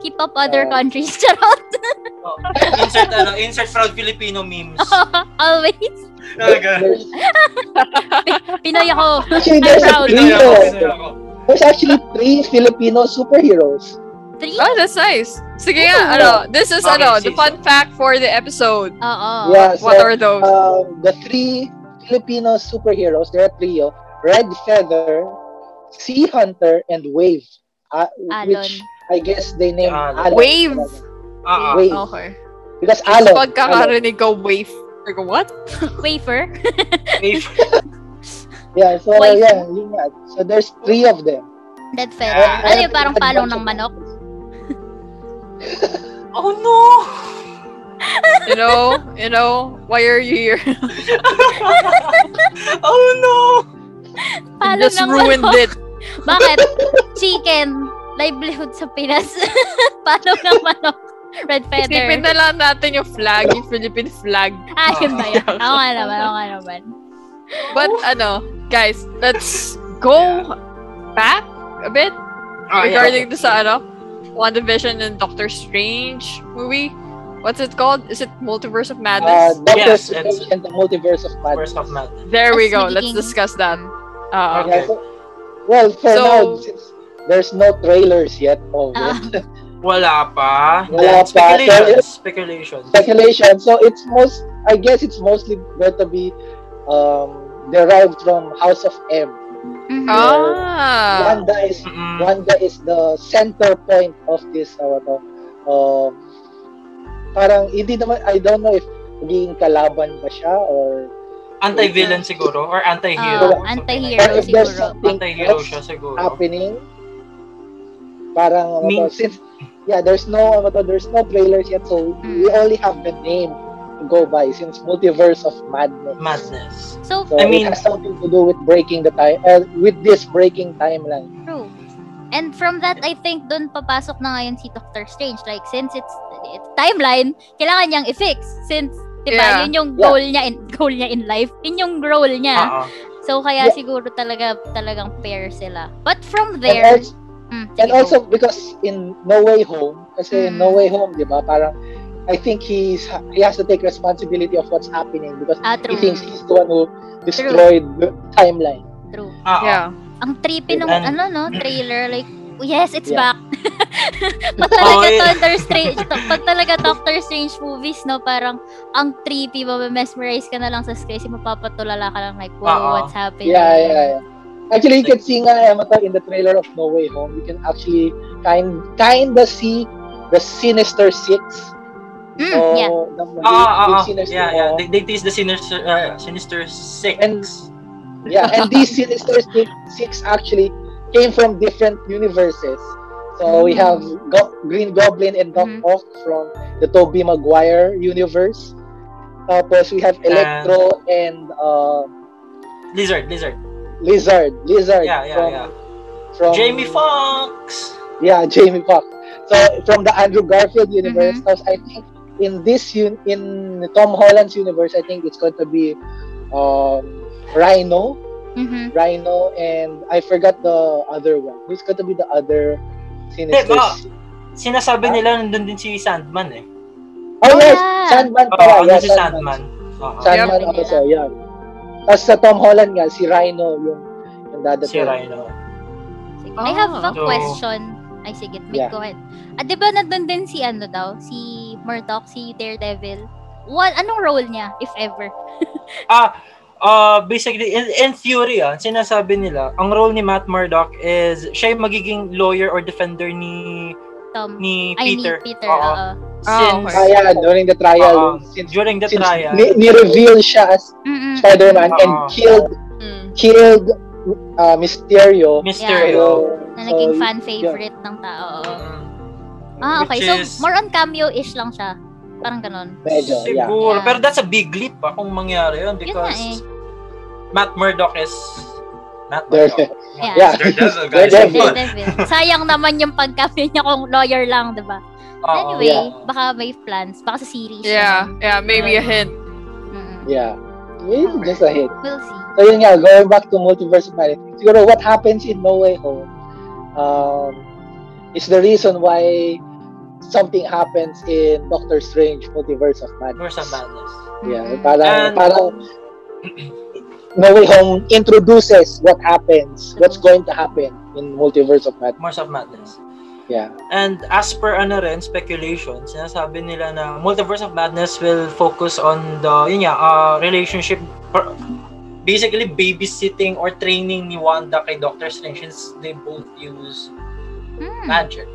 Speaker 4: keep up other
Speaker 1: Oh.
Speaker 4: countries. Charot.
Speaker 2: Oh. Insert ano, insert proud Filipino memes.
Speaker 4: Always.
Speaker 2: Talaga.
Speaker 4: Pinoy ako.
Speaker 1: Actually,
Speaker 4: I'm
Speaker 1: there's a
Speaker 4: proud.
Speaker 1: trio. There's actually three Filipino superheroes.
Speaker 4: Three?
Speaker 3: Oh, that's nice. Sige nga, ano, this is, ano, the fun fact for the episode.
Speaker 4: Oo.
Speaker 1: Yeah, so,
Speaker 3: What are those?
Speaker 1: uh, the three Filipino superheroes, they're a trio, Red Feather, Sea Hunter, and Wave. Uh,
Speaker 4: Alon.
Speaker 1: which I guess they named Alon.
Speaker 2: Alon.
Speaker 3: Wave.
Speaker 2: Ah, ah.
Speaker 1: Wave.
Speaker 4: Oh.
Speaker 3: Okay.
Speaker 1: Because
Speaker 3: Sa
Speaker 1: Alon. Alon.
Speaker 3: pagkakarinig ko, wave. Like, what?
Speaker 4: Wafer.
Speaker 2: Wave.
Speaker 1: Yeah, so
Speaker 4: Wave.
Speaker 1: yeah, yun nga. So there's three of them.
Speaker 4: Dead feather.
Speaker 1: Ah,
Speaker 4: Ano yung
Speaker 1: ah,
Speaker 4: parang palong ng
Speaker 1: ah,
Speaker 4: manok?
Speaker 2: Oh no!
Speaker 3: You know, you know, why are you here? You
Speaker 2: Oh no!
Speaker 4: Palong
Speaker 3: just
Speaker 4: ng
Speaker 3: ruined
Speaker 4: manok.
Speaker 3: it.
Speaker 4: Bakit? Chicken. Livelihood sa Pinas. palong ng manok. Red
Speaker 3: Isipin
Speaker 4: feather.
Speaker 3: na lang natin yung flag, yung Philippine flag.
Speaker 4: Ah, yun ba yun? Ako nga naman, ako nga naman.
Speaker 3: But ano, guys, let's go back a bit
Speaker 2: Oh,
Speaker 3: regarding to sa ano, WandaVision and Doctor Strange movie. What's it called? Is it Multiverse of
Speaker 1: Uh,
Speaker 3: Madness?
Speaker 1: Doctor
Speaker 2: Yes,
Speaker 1: Strange and the Multiverse of Madness.
Speaker 2: First of math.
Speaker 3: there we go.
Speaker 4: Speaking-
Speaker 3: Let's discuss that. Uh,
Speaker 2: Okay.
Speaker 1: Yeah, so- well, for
Speaker 3: So-
Speaker 1: now, since there's no trailers yet oh, of
Speaker 4: Ah.
Speaker 1: it.
Speaker 2: Wala pa.
Speaker 1: Wala pa.
Speaker 2: Speculation. Speculation.
Speaker 1: Speculation. So it's most, I guess it's mostly going to be um, derived from House of M.
Speaker 4: Mhm.
Speaker 1: Oh.
Speaker 3: Ah.
Speaker 1: Wanda is
Speaker 2: Mm-mm.
Speaker 1: Wanda is the center point of this ano to. Um, parang hindi naman I don't know if magiging kalaban ba siya or
Speaker 2: Anti-villain siguro? Or anti-hero?
Speaker 4: Ah,
Speaker 2: Something
Speaker 4: anti-hero
Speaker 1: or
Speaker 2: like
Speaker 1: if there's
Speaker 4: siguro.
Speaker 2: that.
Speaker 1: something
Speaker 2: Anti-hero
Speaker 1: else
Speaker 2: siya siguro.
Speaker 1: happening parang ano to,
Speaker 2: Mean-
Speaker 1: since yeah there's no ano to, there's no trailers yet so
Speaker 4: Mm.
Speaker 1: we only have the name to go by since multiverse of madness
Speaker 2: Madness.
Speaker 4: So,
Speaker 1: so
Speaker 2: I
Speaker 1: it
Speaker 2: mean-
Speaker 1: has something to do with breaking the time uh, with this breaking timeline
Speaker 4: True. And from that, I think doon papasok na ngayon si Doctor Strange. Like, since it's, it's timeline, kailangan niyang i-fix. Since, di
Speaker 3: Yeah.
Speaker 4: ba, yun yung
Speaker 1: Yeah. Ah.
Speaker 4: goal niya in, goal niya in life. Yun yung role niya.
Speaker 2: Oo.
Speaker 4: So, kaya
Speaker 1: Yeah.
Speaker 4: siguro talaga, talagang pair sila. But
Speaker 1: and
Speaker 4: from there,
Speaker 1: also,
Speaker 4: Mm, sige,
Speaker 1: and
Speaker 4: go.
Speaker 1: also because in No Way Home kasi in
Speaker 4: Mm.
Speaker 1: No Way Home di ba parang I think he's he has to take responsibility of what's happening because
Speaker 4: ah,
Speaker 1: he
Speaker 4: true.
Speaker 1: thinks he's the one who destroyed the timeline
Speaker 4: true.
Speaker 2: Oo.
Speaker 3: Yeah.
Speaker 4: Ang trippy nung,
Speaker 2: And-
Speaker 4: ano, no, trailer, like, yes, it's
Speaker 1: Yeah.
Speaker 4: back. pag talaga
Speaker 2: Oh, yeah.
Speaker 4: Doctor Strange, pag talaga Doctor Strange movies, no, parang ang trippy, mamesmerize ka na lang sa screen, kasi mapapatulala ka lang, like, wow,
Speaker 2: Oo.
Speaker 4: what's happening?
Speaker 1: Yeah, yeah, yeah. Actually, you can see nga Emma, in the trailer of No Way Home, you can actually kind kinda see the Sinister Six.
Speaker 4: Mm,
Speaker 1: So,
Speaker 4: yeah.
Speaker 1: the movie,
Speaker 2: Oo, oo,
Speaker 1: yung
Speaker 2: oo.
Speaker 1: Sinister,
Speaker 2: Ah, Yeah, yeah.
Speaker 1: uh,
Speaker 2: They, they tease the Sinister, uh, sinister Six.
Speaker 1: And- yeah, and these Sinister Six, six actually came from different universes. So
Speaker 2: Mm.
Speaker 1: we have Go- Green Goblin and Doc
Speaker 2: Mm-hmm.
Speaker 4: Mhm.
Speaker 1: Ock from the Tobey Maguire universe. Tapos we have Electro and uh,
Speaker 2: Lizard, Lizard.
Speaker 1: Lizard. Lizard
Speaker 2: Yeah, yeah,
Speaker 1: from,
Speaker 2: yeah.
Speaker 1: from
Speaker 2: Jamie Foxx!
Speaker 1: Yeah, Jamie Foxx. So from the Andrew Garfield
Speaker 2: Mm-hmm.
Speaker 1: universe, tapos I think in this un- in Tom Holland's universe, I think it's going to be um, Rhino,
Speaker 4: mhm.
Speaker 1: Rhino, and I forgot the other one. Who's going to be the other Sinister?
Speaker 2: Diba?
Speaker 1: Six?
Speaker 2: Sinasabi nila nandun din si Sandman eh.
Speaker 1: Oh yes,
Speaker 4: yeah.
Speaker 1: Sandman.
Speaker 2: Oo,
Speaker 1: pala.
Speaker 2: nandun
Speaker 1: yeah,
Speaker 2: ano si Sandman. Oo.
Speaker 1: Sandman
Speaker 4: Yep.
Speaker 1: also, yeah. Tapos sa Tom Holland nga, si Rhino yung, yung dadating.
Speaker 2: Si Rhino.
Speaker 4: Sige. I have a
Speaker 2: So-
Speaker 4: question. Ay, sige, may
Speaker 1: Yeah.
Speaker 4: go ahead. Ah, di ba nandun din si ano daw? Si Murdoch, si Daredevil? What, anong role niya, if ever?
Speaker 2: Uh, Ah, basically, in, in theory, ah, sinasabi nila, ang role ni Matt Murdock is siya yung magiging lawyer or defender ni
Speaker 4: Tom?
Speaker 2: ni
Speaker 4: Ay, ni
Speaker 2: Peter.
Speaker 4: Peter,
Speaker 2: Oo.
Speaker 4: oo.
Speaker 2: Since
Speaker 1: Ah, yeah, during the trial.
Speaker 2: Oo.
Speaker 1: since
Speaker 2: during the
Speaker 1: since
Speaker 2: trial,
Speaker 1: ni- ni-reveal siya as
Speaker 4: Mm-mm.
Speaker 1: Spider-Man and
Speaker 2: Oo.
Speaker 1: killed Hmm.
Speaker 3: Mm.
Speaker 1: killed uh, Mysterio.
Speaker 2: Mysterio.
Speaker 4: Na naging
Speaker 1: so,
Speaker 4: fan favorite ng tao. oo.
Speaker 2: Mm.
Speaker 4: Ah, okay.
Speaker 2: Which is-
Speaker 4: So, more on cameo-ish lang siya. Parang ganon.
Speaker 1: Medyo, yeah.
Speaker 2: Siguro.
Speaker 4: Yeah.
Speaker 2: Pero that's a big leap ah, kung mangyari yun
Speaker 4: Yun nga
Speaker 2: because
Speaker 4: eh.
Speaker 2: Matt Murdock is Matt
Speaker 1: There-
Speaker 2: Murdock.
Speaker 1: Yeah.
Speaker 5: Daredevil, guys.
Speaker 1: Daredevil.
Speaker 5: Come on.
Speaker 4: Daredevil. Sayang naman yung pagka-cameo niya kung lawyer lang, di ba?
Speaker 2: Oo.
Speaker 4: Anyway,
Speaker 1: Yeah.
Speaker 2: Oh,
Speaker 4: baka may plans. Baka sa series.
Speaker 3: Yeah, yeah, maybe a hint.
Speaker 4: mm
Speaker 1: Yeah. It's just a hit.
Speaker 4: We'll see.
Speaker 1: So yun nga, going back to Multiverse of Madness, siguro what happens in No Way Home um, is the reason why something happens in Doctor Strange Multiverse of Madness.
Speaker 2: Where's the madness?
Speaker 1: Yeah,
Speaker 4: Mm-mm.
Speaker 1: parang,
Speaker 2: And-
Speaker 1: parang No Way Home introduces what happens, what's going to happen in Multiverse of Madness.
Speaker 2: Where's the madness?
Speaker 1: Yeah.
Speaker 2: And as per ano rin, speculation, sinasabi nila na Multiverse of Madness will focus on the, yun nga, uh, relationship, per- basically babysitting or training ni Wanda kay Doctor Strange since they both use
Speaker 4: Mm.
Speaker 2: magic.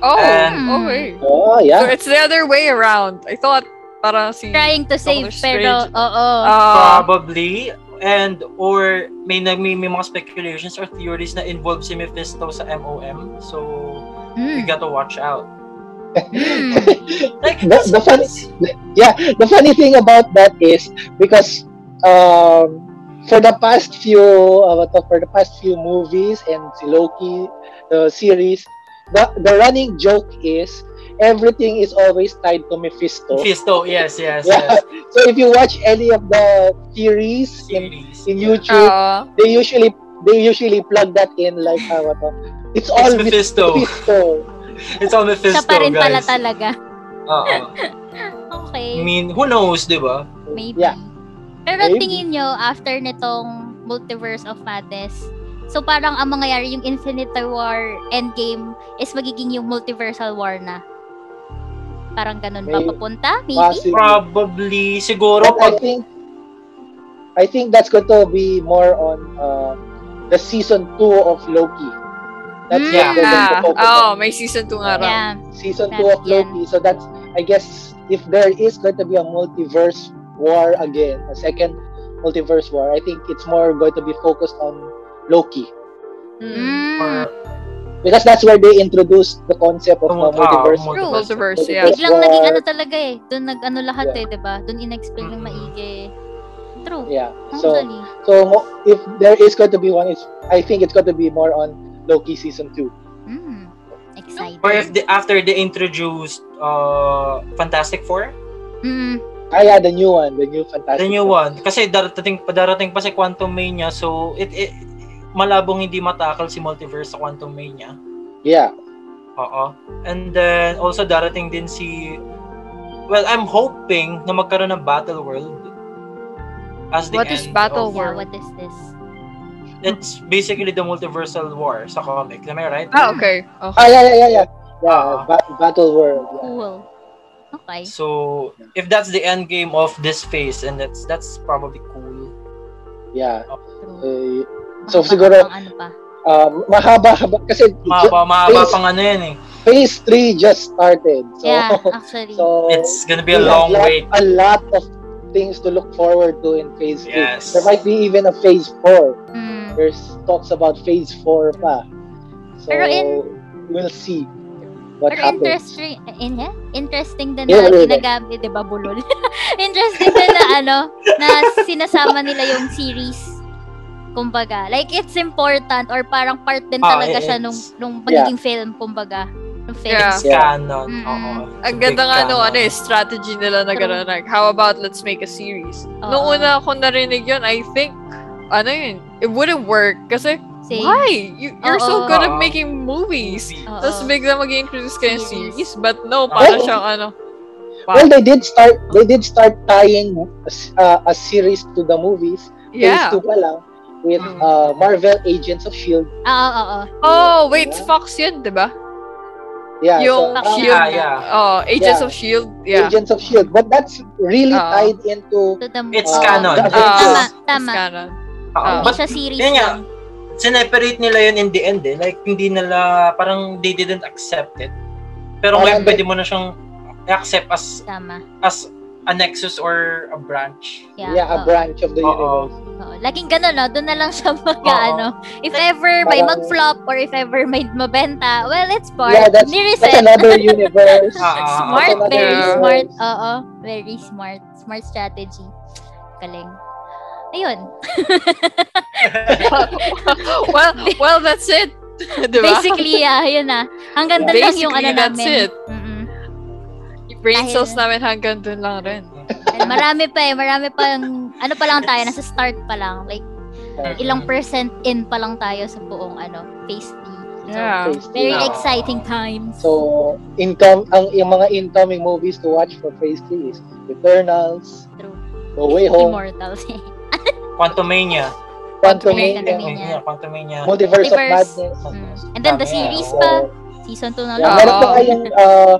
Speaker 3: Oh,
Speaker 2: And-
Speaker 3: oh wait.
Speaker 1: Oh,
Speaker 3: So
Speaker 1: yeah.
Speaker 3: it's the other way around. I thought para si
Speaker 4: Trying to save,
Speaker 3: Strange.
Speaker 2: Ah,
Speaker 4: pero, oo.
Speaker 1: Um,
Speaker 3: uh,
Speaker 2: Probably, and or may, nag- may may mga speculations or theories na involved si Mephisto sa MOM. So, you
Speaker 4: Mm.
Speaker 2: gotta watch out.
Speaker 4: Mm.
Speaker 2: Like,
Speaker 1: The- the fun- the funny thing about that is because um, for the past few uh, what- for the past few movies and si Loki the series the, the running joke is everything is always tied to Mephisto.
Speaker 2: Mephisto, yes, yes,
Speaker 1: Yeah.
Speaker 2: yes.
Speaker 1: So if you watch any of the series in,
Speaker 2: Series.
Speaker 1: in
Speaker 2: yeah.
Speaker 1: YouTube,
Speaker 3: Ah.
Speaker 1: they usually they usually plug that in like uh, what, uh, it's all
Speaker 2: It's
Speaker 1: with
Speaker 2: Mephisto.
Speaker 1: Mephisto.
Speaker 2: It's all Mephisto,
Speaker 4: Siya pa rin pala
Speaker 2: guys. Hmm.
Speaker 4: talaga.
Speaker 2: Oo. I
Speaker 4: Okay.
Speaker 2: mean, who knows, di ba?
Speaker 4: Maybe.
Speaker 1: Yeah.
Speaker 4: Pero
Speaker 1: Maybe.
Speaker 4: tingin nyo, after nitong Multiverse of Madness, so parang ang mangyayari yung Infinity War Endgame is magiging yung Multiversal War na. Parang ganun ba
Speaker 1: May-
Speaker 4: papunta? Maybe?
Speaker 1: Possibly.
Speaker 2: Probably, siguro,
Speaker 1: But I
Speaker 2: pag,
Speaker 1: think I think that's going to be more on uh, the season 2 of Loki. That's what
Speaker 4: Yeah.
Speaker 1: they're going to
Speaker 3: Ah,
Speaker 1: focus
Speaker 3: oh,
Speaker 1: on.
Speaker 3: may season 2 nga raw.
Speaker 4: Yeah.
Speaker 1: season 2
Speaker 4: That's
Speaker 1: of Loki. So that's I guess if there is going to be a multiverse war again, a second multiverse war, I think it's more going to be focused on Loki
Speaker 3: Mm.
Speaker 4: Mm.
Speaker 2: or,
Speaker 1: because that's where they introduced the concept of a
Speaker 2: Oh,
Speaker 1: multiverse.
Speaker 2: ah,
Speaker 4: True.
Speaker 3: Multiverse,
Speaker 1: Multiverse.
Speaker 3: yeah.
Speaker 4: Biglang
Speaker 1: War.
Speaker 4: naging ano talaga eh. Doon nag-ano lahat
Speaker 1: Yeah.
Speaker 4: eh, 'di ba? Doon in-explain ng
Speaker 2: Mm-mm.
Speaker 4: maigi. True.
Speaker 1: Yeah. So
Speaker 4: Actually.
Speaker 1: so mo- if there is going to be one, it's I think it's going to be more on Loki season two.
Speaker 4: Mm. Exciting.
Speaker 2: or if the, after they introduced uh, Fantastic Four,
Speaker 4: Mm.
Speaker 1: Ah yeah, the new one, the new fantastic.
Speaker 2: the new one. Kasi darating, darating pa si Quantum Mania, so it, it malabong hindi matakal si Multiverse sa Quantum Mania.
Speaker 1: Yeah.
Speaker 2: Oo. And then, also darating din si... Well, I'm hoping na magkaroon ng Battle World. As the
Speaker 3: What is
Speaker 2: end
Speaker 3: Battle
Speaker 2: of-
Speaker 4: Yeah,
Speaker 3: World.
Speaker 4: what is this?
Speaker 2: It's basically the multiversal war sa comic. Am I right?
Speaker 3: Ah, okay. Okay.
Speaker 1: Ah yeah yeah yeah yeah. Yeah,
Speaker 2: Ah.
Speaker 1: ba- Battle World. Yeah.
Speaker 4: Cool. Okay.
Speaker 2: So, if that's the end game of this phase, and that's that's probably cool.
Speaker 1: yeah.
Speaker 4: True.
Speaker 1: Uh, so
Speaker 4: Baka
Speaker 1: siguro
Speaker 4: pang ano pa.
Speaker 1: um, mahaba-haba kasi
Speaker 2: Mahaba, mahaba
Speaker 1: Phase-
Speaker 2: pang ano yan eh.
Speaker 1: phase 3 just started. So
Speaker 4: yeah, actually.
Speaker 3: Oh.
Speaker 1: so
Speaker 2: It's gonna be
Speaker 1: we
Speaker 2: a
Speaker 1: have
Speaker 2: long
Speaker 1: lot-
Speaker 2: wait.
Speaker 1: A lot of things to look forward to in phase 3.
Speaker 2: Yes.
Speaker 1: There might be even a phase 4.
Speaker 4: Mm.
Speaker 1: There's talks about phase 4 pa. So
Speaker 4: Pero in-
Speaker 1: we'll see what
Speaker 4: Pero
Speaker 1: happens.
Speaker 4: interesting, in, eh? interesting din
Speaker 1: Yeah,
Speaker 4: na
Speaker 1: wait, wait.
Speaker 4: ginagamit, di ba, bulol? interesting din na, ano, na sinasama nila yung series. Kumbaga, like, it's important or parang part din
Speaker 2: Ah,
Speaker 4: talaga
Speaker 2: eh,
Speaker 4: siya
Speaker 2: it's-
Speaker 4: nung, nung magiging film, kumbaga. Nung film.
Speaker 3: Yeah.
Speaker 2: It's canon.
Speaker 4: Mm-mm.
Speaker 2: Oo. It's a
Speaker 3: Ang ganda
Speaker 2: big
Speaker 3: nga nung
Speaker 2: canon.
Speaker 3: ano eh, strategy nila na
Speaker 4: True. Oh.
Speaker 3: gano'n. Like, how about let's make a series? Nung
Speaker 4: Oo.
Speaker 3: una ako narinig yun, I think, ano yun, it wouldn't work. Kasi,
Speaker 4: Same.
Speaker 3: why? You, you're so
Speaker 4: Oo.
Speaker 3: good at
Speaker 2: Oo.
Speaker 3: making movies.
Speaker 4: Oo.
Speaker 3: Tapos bigla mag-introduce kayo ng
Speaker 4: Oh. Series.
Speaker 3: series. But no, para
Speaker 1: Well-
Speaker 3: siyang ano.
Speaker 1: Well, they did start they did start tying uh, a series to the movies.
Speaker 3: Yeah.
Speaker 1: Phase 2 pa lang with
Speaker 2: Mm.
Speaker 1: uh, Marvel Agents of Shield.
Speaker 4: Oo, oo, oo.
Speaker 3: Oh, wait, Fox yun, di ba?
Speaker 1: Yeah. so,
Speaker 3: Yung
Speaker 4: Fox
Speaker 1: uh,
Speaker 4: Shield.
Speaker 2: Yeah, yeah.
Speaker 3: Oh, Agents
Speaker 1: Yeah.
Speaker 3: of S.H.I.E.L.D. E Yeah.
Speaker 1: Agents of Shield, E but that's really
Speaker 3: Ah.
Speaker 1: tied into
Speaker 4: To the
Speaker 2: It's
Speaker 1: Ah.
Speaker 2: canon.
Speaker 1: Ah.
Speaker 4: tama,
Speaker 1: Yes.
Speaker 4: tama.
Speaker 3: Kanan.
Speaker 2: Oo.
Speaker 3: Ah.
Speaker 4: Hindi
Speaker 2: But
Speaker 4: siya series
Speaker 2: yun nga,
Speaker 4: lang.
Speaker 2: sineperate nila yun in the end eh. Like, hindi nila, parang they didn't accept it. Pero
Speaker 1: Parang
Speaker 2: ngayon, pwede mo na siyang accept as
Speaker 4: Tama.
Speaker 2: as a nexus or a branch.
Speaker 4: Yeah,
Speaker 1: yeah, a
Speaker 4: oo.
Speaker 1: branch of the universe.
Speaker 2: Oo.
Speaker 4: Oo, Laging ganun, no? Doon na lang siya mag,
Speaker 2: Oo.
Speaker 4: ano. If ever may
Speaker 1: Parang-
Speaker 4: mag-flop or if ever may mabenta, well, it's part.
Speaker 1: Yeah, that's,
Speaker 4: Ni
Speaker 1: that's
Speaker 4: Rizet.
Speaker 1: another universe.
Speaker 2: Ah,
Speaker 1: That's
Speaker 4: Smart,
Speaker 1: another
Speaker 4: very
Speaker 3: Yeah.
Speaker 4: smart.
Speaker 1: universe.
Speaker 4: Oo, very smart. Smart strategy. Galing. Ayun.
Speaker 3: well, well, that's it. Di ba?
Speaker 4: Basically, yeah, yun na. Hanggang doon lang yung ano
Speaker 3: Diba? Basically, that's
Speaker 4: namin.
Speaker 3: it.
Speaker 4: Mm-mm.
Speaker 3: Yung brain
Speaker 4: Dahil-
Speaker 3: cells namin hanggang dun lang rin.
Speaker 4: And marami pa eh, marami pa yung, ano pa lang tayo, nasa start pa lang. Like, ilang
Speaker 2: Mm.
Speaker 4: percent in pa lang tayo sa buong, ano, phase 3. So,
Speaker 3: Yeah.
Speaker 1: Phase
Speaker 4: very
Speaker 1: three.
Speaker 2: Yeah.
Speaker 4: exciting times.
Speaker 1: So, income ang yung mga incoming movies to watch for Phase 3 is Eternals,
Speaker 4: True.
Speaker 1: The Way Home,
Speaker 4: Immortals.
Speaker 2: Mm-hmm. Quantumania.
Speaker 1: Quantumania,
Speaker 2: Quantumania. Quantumania.
Speaker 1: Multiverse of
Speaker 4: Multiverse.
Speaker 1: Madness.
Speaker 4: Mm. And then the
Speaker 2: Dami, ah.
Speaker 4: series
Speaker 1: So,
Speaker 4: pa. Season 2
Speaker 1: oh.
Speaker 4: na
Speaker 1: yeah,
Speaker 4: lang.
Speaker 1: meron pa
Speaker 3: Oo.
Speaker 1: kayong uh,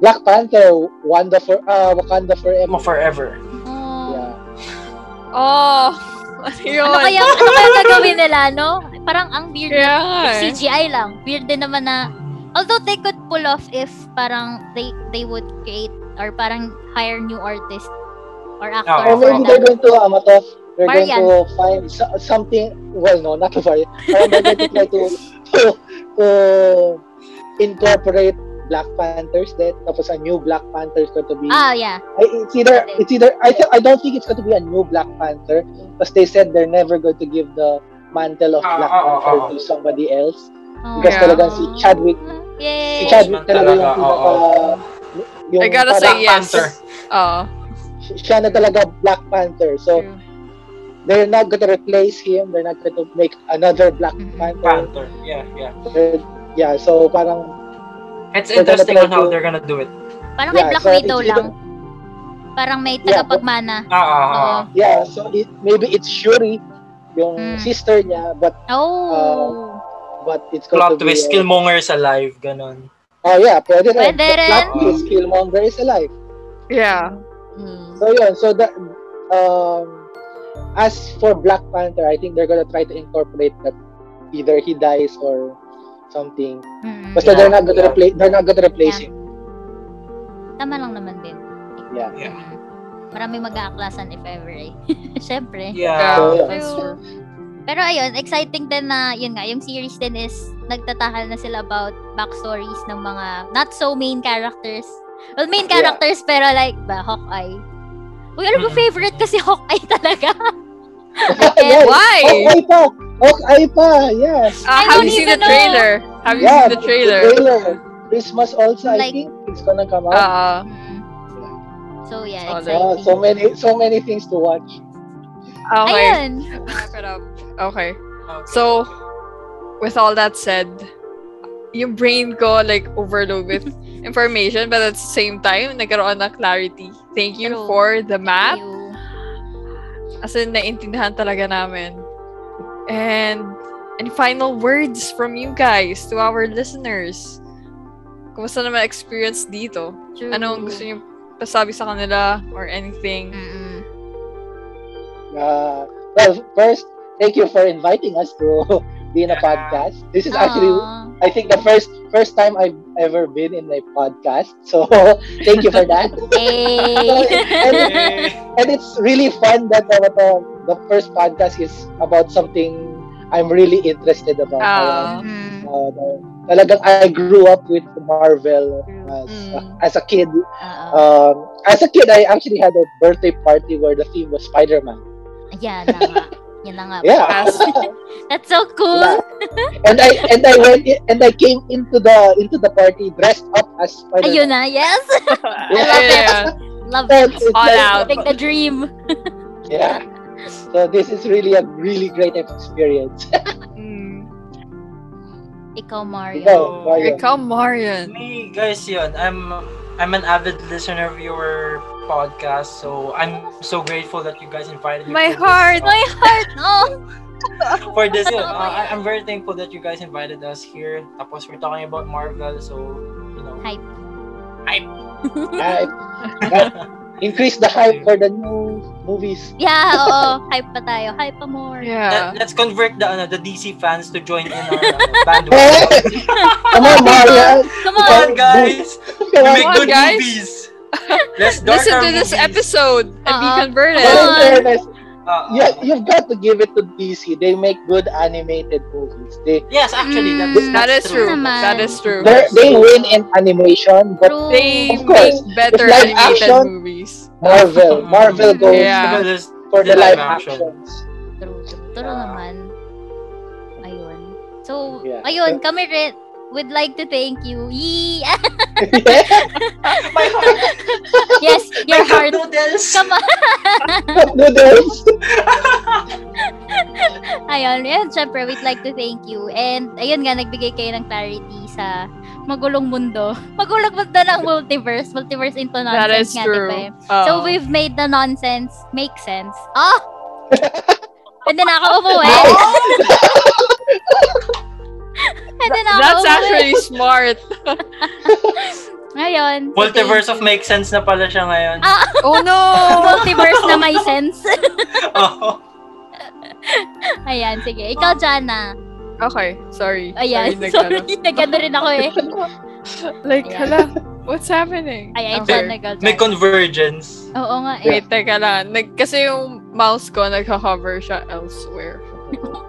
Speaker 1: Black Panther, Wanda for, uh, Wakanda Forever.
Speaker 2: Mo forever.
Speaker 4: Oh.
Speaker 1: Yeah.
Speaker 3: Oh, ano yun?
Speaker 4: Ano kaya, ano kaya gagawin nila, no? Parang ang weird
Speaker 3: Kaya
Speaker 4: na-
Speaker 3: nga eh.
Speaker 4: CGI lang. Weird din naman na, although they could pull off if parang they they would create or parang hire new artist or actor
Speaker 1: Or
Speaker 2: Oo.
Speaker 4: for
Speaker 1: Ah, maybe they're
Speaker 4: that.
Speaker 1: going to, um, to, We're
Speaker 4: Marian.
Speaker 1: going to find so- something. Well, no, not to worry. Parang we're going to try to, to, to incorporate Black Panthers then. Tapos a new Black Panther is going to be.
Speaker 4: Ah, yeah.
Speaker 1: I, it's either it's either I th- I don't think it's going to be a new Black Panther because they said they're never going to give the mantle of
Speaker 2: Ah,
Speaker 1: Black
Speaker 2: ah, ah,
Speaker 1: Panther
Speaker 2: ah.
Speaker 1: to somebody else.
Speaker 4: Oh. Uh-huh.
Speaker 1: Because
Speaker 3: Yeah.
Speaker 1: talagang si Chadwick, si
Speaker 4: Yay!
Speaker 1: Chadwick
Speaker 2: Spokesman
Speaker 1: talaga yung
Speaker 2: talaga,
Speaker 1: pinaka... Yung
Speaker 3: I gotta
Speaker 1: parang
Speaker 3: say
Speaker 2: Black
Speaker 3: yes.
Speaker 2: Panther.
Speaker 3: Oo.
Speaker 1: Siya na talaga Black Panther. So,
Speaker 4: True.
Speaker 1: they're not gonna replace him. They're not gonna make another Black
Speaker 4: Mhm.
Speaker 1: Panther.
Speaker 2: Panther. Yeah, yeah.
Speaker 1: They're- yeah, so parang...
Speaker 2: It's
Speaker 1: They're gonna
Speaker 2: interesting
Speaker 1: try
Speaker 2: on how
Speaker 1: to-
Speaker 2: they're gonna do it.
Speaker 4: Parang kay
Speaker 1: Yeah,
Speaker 4: Black
Speaker 1: so
Speaker 4: Widow
Speaker 1: it's-
Speaker 4: lang. Parang may
Speaker 1: Yeah, but-
Speaker 4: tagapagmana.
Speaker 2: Ah, ah, ah.
Speaker 1: Yeah, so it, maybe it's Shuri, yung
Speaker 4: Mm.
Speaker 1: sister niya, but Uh,
Speaker 4: Oh!
Speaker 1: but it's going to
Speaker 2: Plot
Speaker 1: be...
Speaker 2: twist,
Speaker 1: a-
Speaker 2: Killmonger is alive, ganon.
Speaker 1: Oh yeah, pwede rin.
Speaker 4: Pwede rin.
Speaker 1: Plot twist, Killmonger is alive.
Speaker 3: Yeah.
Speaker 4: Mm.
Speaker 3: Hmm.
Speaker 1: So yun, so that um as for Black Panther, I think they're gonna try to incorporate that either he dies or something.
Speaker 4: Mm.
Speaker 1: Basta they're not gonna
Speaker 2: Yeah.
Speaker 1: replace they're not gonna replace
Speaker 4: Yeah.
Speaker 1: him.
Speaker 4: Tama lang naman din.
Speaker 1: Yeah.
Speaker 2: Yeah.
Speaker 4: Maraming mag-aaklasan if ever eh. Siyempre.
Speaker 2: Yeah.
Speaker 3: Yeah.
Speaker 1: So, yeah.
Speaker 3: That's true.
Speaker 4: Pero ayun, exciting din na, yun nga, yung series din is nagtatakal na sila about backstories ng mga not so main characters. Well, main
Speaker 1: Yeah.
Speaker 4: characters pero like, ba, Hawkeye. Uy, alam mo,
Speaker 2: Mm-mm.
Speaker 4: favorite kasi Hawkeye talaga.
Speaker 1: yes.
Speaker 3: Why?
Speaker 1: Okay pa. Okay pa. Yes.
Speaker 3: Ah,
Speaker 4: Oh, I
Speaker 3: have
Speaker 4: don't
Speaker 3: you seen
Speaker 4: even
Speaker 3: the
Speaker 4: know.
Speaker 3: trailer? Have you
Speaker 1: yeah.
Speaker 3: seen the trailer?
Speaker 1: Christmas also, I
Speaker 4: Like-
Speaker 1: think it's gonna come out.
Speaker 3: Ah,
Speaker 4: Mm. So yeah,
Speaker 3: Solid.
Speaker 1: Yeah,
Speaker 4: exciting.
Speaker 1: so many so many things to watch.
Speaker 3: oh, okay.
Speaker 4: Ayun.
Speaker 3: Wrap it up. Okay. So, with all that said, yung brain ko like overload with information, but at the same time, nagkaroon ng clarity. Thank you
Speaker 4: True.
Speaker 3: for the map.
Speaker 4: Ew.
Speaker 3: As in, naiintindihan talaga namin. And, and final words from you guys to our listeners. Kumusta naman experience dito?
Speaker 4: True.
Speaker 3: Anong gusto niyo pasabi sa kanila or anything?
Speaker 4: Mm-mm.
Speaker 1: Uh, well, first, thank you for inviting us to be in a
Speaker 2: Yeah.
Speaker 1: podcast. This is actually I
Speaker 4: Aw.
Speaker 1: think the first first time I've ever been in a podcast. So thank you for that.
Speaker 4: Hey.
Speaker 1: and it's really fun that uh, what the, the first podcast is about something I'm really interested about.
Speaker 3: Ah.
Speaker 4: Mhm.
Speaker 1: Uh, uh, talagang I grew up with Marvel as,
Speaker 3: Mm.
Speaker 1: as a kid.
Speaker 4: Oo.
Speaker 1: Um, as a kid, I actually had a birthday party where the theme was Spider-Man.
Speaker 4: Yan na nga. Yan na nga.
Speaker 1: Yeah. Diba?
Speaker 3: As-
Speaker 4: That's so
Speaker 1: Yeah.
Speaker 4: cool.
Speaker 1: and I and I went in- and I came into the into the party dressed up as Spider-Man.
Speaker 4: Ayun na, yes.
Speaker 1: Yeah.
Speaker 4: love it.
Speaker 3: Yeah.
Speaker 4: Love
Speaker 1: So
Speaker 4: it.
Speaker 1: it's- it's
Speaker 3: All
Speaker 1: like-
Speaker 3: out.
Speaker 4: Like the dream.
Speaker 1: Yeah. So this is really a really great experience.
Speaker 3: Mm.
Speaker 4: Ikaw, Mario.
Speaker 1: Ikaw, Mario.
Speaker 3: Ikaw, Marian.
Speaker 2: Me, guys, yun. I'm I'm an avid listener of your podcast, so I'm so grateful that you guys invited me.
Speaker 3: My
Speaker 2: for this,
Speaker 3: heart.
Speaker 2: uh,
Speaker 4: My heart. Oh.
Speaker 2: for this, yun.
Speaker 4: Oh
Speaker 2: Uh, I-
Speaker 4: my God.
Speaker 2: I'm very thankful that you guys invited us here. Tapos we're talking about Marvel, so you know.
Speaker 4: Hype.
Speaker 1: I, increase the hype for the new movies.
Speaker 4: Yeah, oo. Hype pa tayo. Hype pa more.
Speaker 3: Yeah.
Speaker 2: Let, let's convert the ano, the DC fans to join in our uh, bandwagon.
Speaker 1: Come on, Mario.
Speaker 2: Come
Speaker 4: Come on.
Speaker 2: on, guys.
Speaker 1: Come
Speaker 2: We
Speaker 1: on.
Speaker 2: make
Speaker 3: Come on,
Speaker 2: good
Speaker 3: guys.
Speaker 2: movies. Let's dark
Speaker 3: Listen
Speaker 2: our
Speaker 3: to this
Speaker 2: movies.
Speaker 3: episode and be
Speaker 4: Uh-uh.
Speaker 3: converted.
Speaker 1: Well, in
Speaker 4: on.
Speaker 1: fairness,
Speaker 2: Uh, uh,
Speaker 1: you, you've got to give it to DC. They make good animated movies. They
Speaker 2: Yes, actually, that's,
Speaker 4: Mm,
Speaker 3: That
Speaker 2: that's
Speaker 3: is true.
Speaker 4: Naman.
Speaker 3: That is true.
Speaker 1: they're- they win in animation, but
Speaker 4: True.
Speaker 3: They
Speaker 1: Of course.
Speaker 3: make better
Speaker 1: It's live
Speaker 3: animated
Speaker 1: action.
Speaker 3: movies.
Speaker 1: Marvel, Marvel goes
Speaker 3: Yeah.
Speaker 2: Because there's-
Speaker 1: for the
Speaker 2: the
Speaker 1: live
Speaker 2: live
Speaker 1: actions.
Speaker 4: True. True, true
Speaker 2: Yeah.
Speaker 4: naman. Ayun. So,
Speaker 1: Yeah.
Speaker 4: ayun. Kami rin. Would like to thank you. Yee!
Speaker 2: My heart,
Speaker 4: yes, your
Speaker 2: I have
Speaker 4: heart.
Speaker 2: noodles.
Speaker 4: Come on.
Speaker 1: Noodles.
Speaker 4: Ayun. Ayun, syempre, we'd like to thank you. And, ayun nga, nagbigay kayo ng clarity sa magulong mundo. Magulong mundo ng multiverse. Multiverse into nonsense
Speaker 3: That is
Speaker 4: nga,
Speaker 3: true.
Speaker 4: diba eh?
Speaker 3: Oh.
Speaker 4: So, we've made the nonsense make sense. Oh! Pwede na ako umuwi. Pwede na ako
Speaker 3: That's
Speaker 4: umuwi.
Speaker 3: actually smart.
Speaker 4: Ayun. so
Speaker 2: Multiverse of
Speaker 4: thank
Speaker 2: Make Sense na pala siya ngayon.
Speaker 4: Ah!
Speaker 3: Oh
Speaker 4: you.
Speaker 3: no!
Speaker 4: Multiverse na may sense.
Speaker 2: Oh.
Speaker 4: Ayan, sige.
Speaker 3: Ah.
Speaker 4: Ikaw, Jana.
Speaker 3: Okay, sorry.
Speaker 4: Ayan, sorry.
Speaker 3: nag-ano.
Speaker 4: Nagano rin ako eh.
Speaker 3: Like,
Speaker 4: Ayan.
Speaker 3: hala, what's happening?
Speaker 4: Ayan,
Speaker 3: Okay.
Speaker 4: Jana, ikaw,
Speaker 2: May
Speaker 4: Jana.
Speaker 2: convergence.
Speaker 4: Oo nga eh.
Speaker 3: Wait, teka lang. Nag, kasi yung mouse ko, nagka-hover siya elsewhere.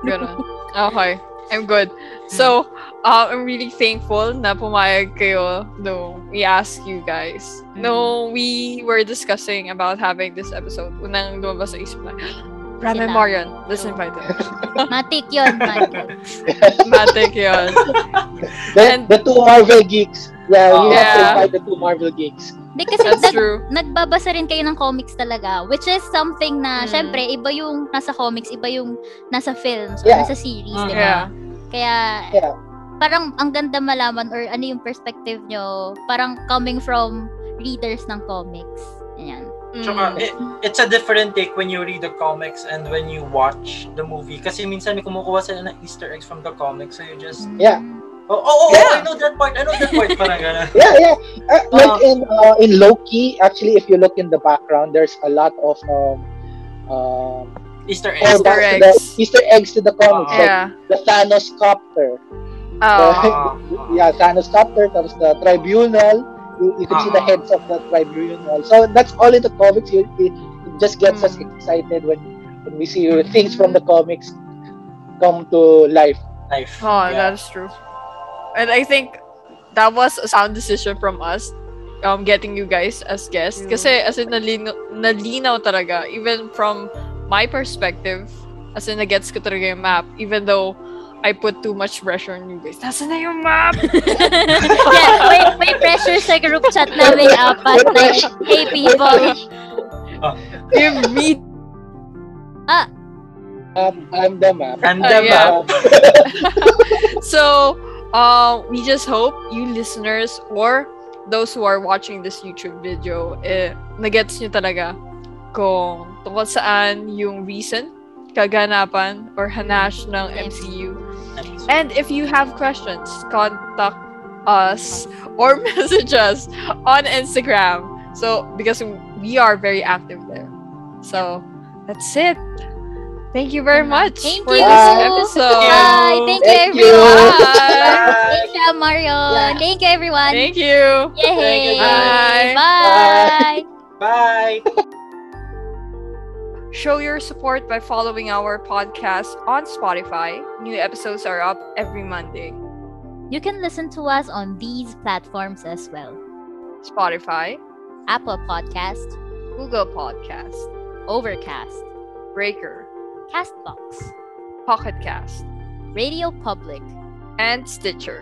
Speaker 3: Ganun. Okay. I'm good. So, uh, I'm really thankful na pumayag kayo no we asked you guys. No, we were discussing about having this episode. Unang lumabas sa isip na, Oh. Ramen
Speaker 4: Sila.
Speaker 3: Marion, let's invite him.
Speaker 4: Matik yun, Matik.
Speaker 3: Matik yun.
Speaker 1: The,
Speaker 3: And-
Speaker 1: the two Marvel geeks. Yeah, we have to
Speaker 3: Yeah.
Speaker 1: invite the two Marvel geeks.
Speaker 4: Hindi kasi
Speaker 3: That's
Speaker 4: nag-
Speaker 3: true.
Speaker 4: nagbabasa rin kayo ng comics talaga. Which is something na,
Speaker 3: Mm.
Speaker 4: syempre, iba yung nasa comics, iba yung nasa films,
Speaker 1: Yeah.
Speaker 4: or nasa series,
Speaker 2: Mm.
Speaker 4: di ba?
Speaker 3: Yeah.
Speaker 4: Kaya,
Speaker 1: Yeah.
Speaker 4: parang ang ganda malaman or ano yung perspective nyo, parang coming from readers ng comics. Ayan.
Speaker 2: Tsaka,
Speaker 3: Mm.
Speaker 2: it, it's a different take when you read the comics and when you watch the movie. Kasi minsan may kumukuha sila ng Easter eggs from the comics. So you just,
Speaker 4: Mm.
Speaker 1: Yeah.
Speaker 2: oh, oh, oh,
Speaker 1: Yeah.
Speaker 2: I know that part. I know that part. Parang gano'n.
Speaker 1: Yeah, yeah. Uh,
Speaker 3: Oh.
Speaker 1: like in uh, in Loki, actually, if you look in the background, there's a lot of um, um,
Speaker 2: Easter eggs.
Speaker 3: Easter
Speaker 1: callbacks to
Speaker 3: eggs.
Speaker 1: The Easter eggs to the comics, like
Speaker 3: Mm. Yeah.
Speaker 1: the Thanos copter.
Speaker 3: Oh.
Speaker 2: Ah, ah.
Speaker 1: yeah, Thanos Copter, tapos the Tribunal. You, you can see the
Speaker 2: Ah.
Speaker 1: heads of the Tribunal. So that's all in the comics. You, it, it just gets us excited when, when we see things from the comics come to life.
Speaker 2: Life.
Speaker 3: Oh,
Speaker 2: Yeah.
Speaker 3: that is true. And I think that was a sound decision from us, um, getting you guys as guests.
Speaker 4: Mm.
Speaker 3: Kasi as in, nalino, nalinaw talaga. Even from my perspective, as in, nagets ko talaga yung map. Even though I put too much pressure on you guys. Nasaan na yung map?
Speaker 4: yeah, may, may pressure sa group chat namin apat na, hey people,
Speaker 3: Give me
Speaker 1: Um, I'm the map.
Speaker 2: And
Speaker 3: Oh,
Speaker 2: the
Speaker 3: yeah.
Speaker 2: map.
Speaker 3: So, um, we just hope you listeners or those who are watching this YouTube video, eh, nagets nyo talaga kung tungkol saan yung reason, kaganapan, or hanash ng MCU. And if you have questions, contact us or message us on Instagram. So, because we are very active there. So, that's it. Thank you very much
Speaker 4: Thank
Speaker 3: for
Speaker 4: you.
Speaker 3: this episode.
Speaker 4: bye. Thank you
Speaker 1: Thank you.
Speaker 4: everyone.
Speaker 3: Bye.
Speaker 4: Thank you, Marion. Thank you everyone.
Speaker 3: Thank you. Thank you.
Speaker 4: Yay.
Speaker 3: Bye.
Speaker 4: Bye.
Speaker 2: Bye.
Speaker 3: Show your support by following our podcast on Spotify. New episodes are up every Monday.
Speaker 4: You can listen to us on these platforms as well
Speaker 3: Spotify,
Speaker 4: Apple Podcast,
Speaker 3: Google Podcast,
Speaker 4: Overcast,
Speaker 3: Breaker,
Speaker 4: Castbox,
Speaker 3: Pocket Cast,
Speaker 4: Radio Public.
Speaker 3: and Stitcher.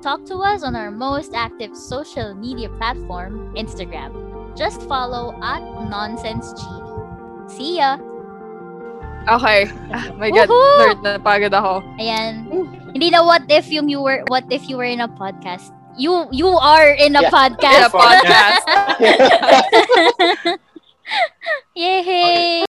Speaker 4: Talk to us on our most active social media platform, Instagram. Just follow at Nonsense GD. See ya!
Speaker 3: Okay. Ah, my God,
Speaker 4: Woohoo!
Speaker 3: nerd na pagod ako.
Speaker 4: Ayan. Hindi na what if yung you were what if you were in a podcast. You you are in a
Speaker 1: Yeah.
Speaker 4: podcast.
Speaker 1: Uh,
Speaker 3: Yeah, podcast.
Speaker 1: Yeah.
Speaker 4: Yay!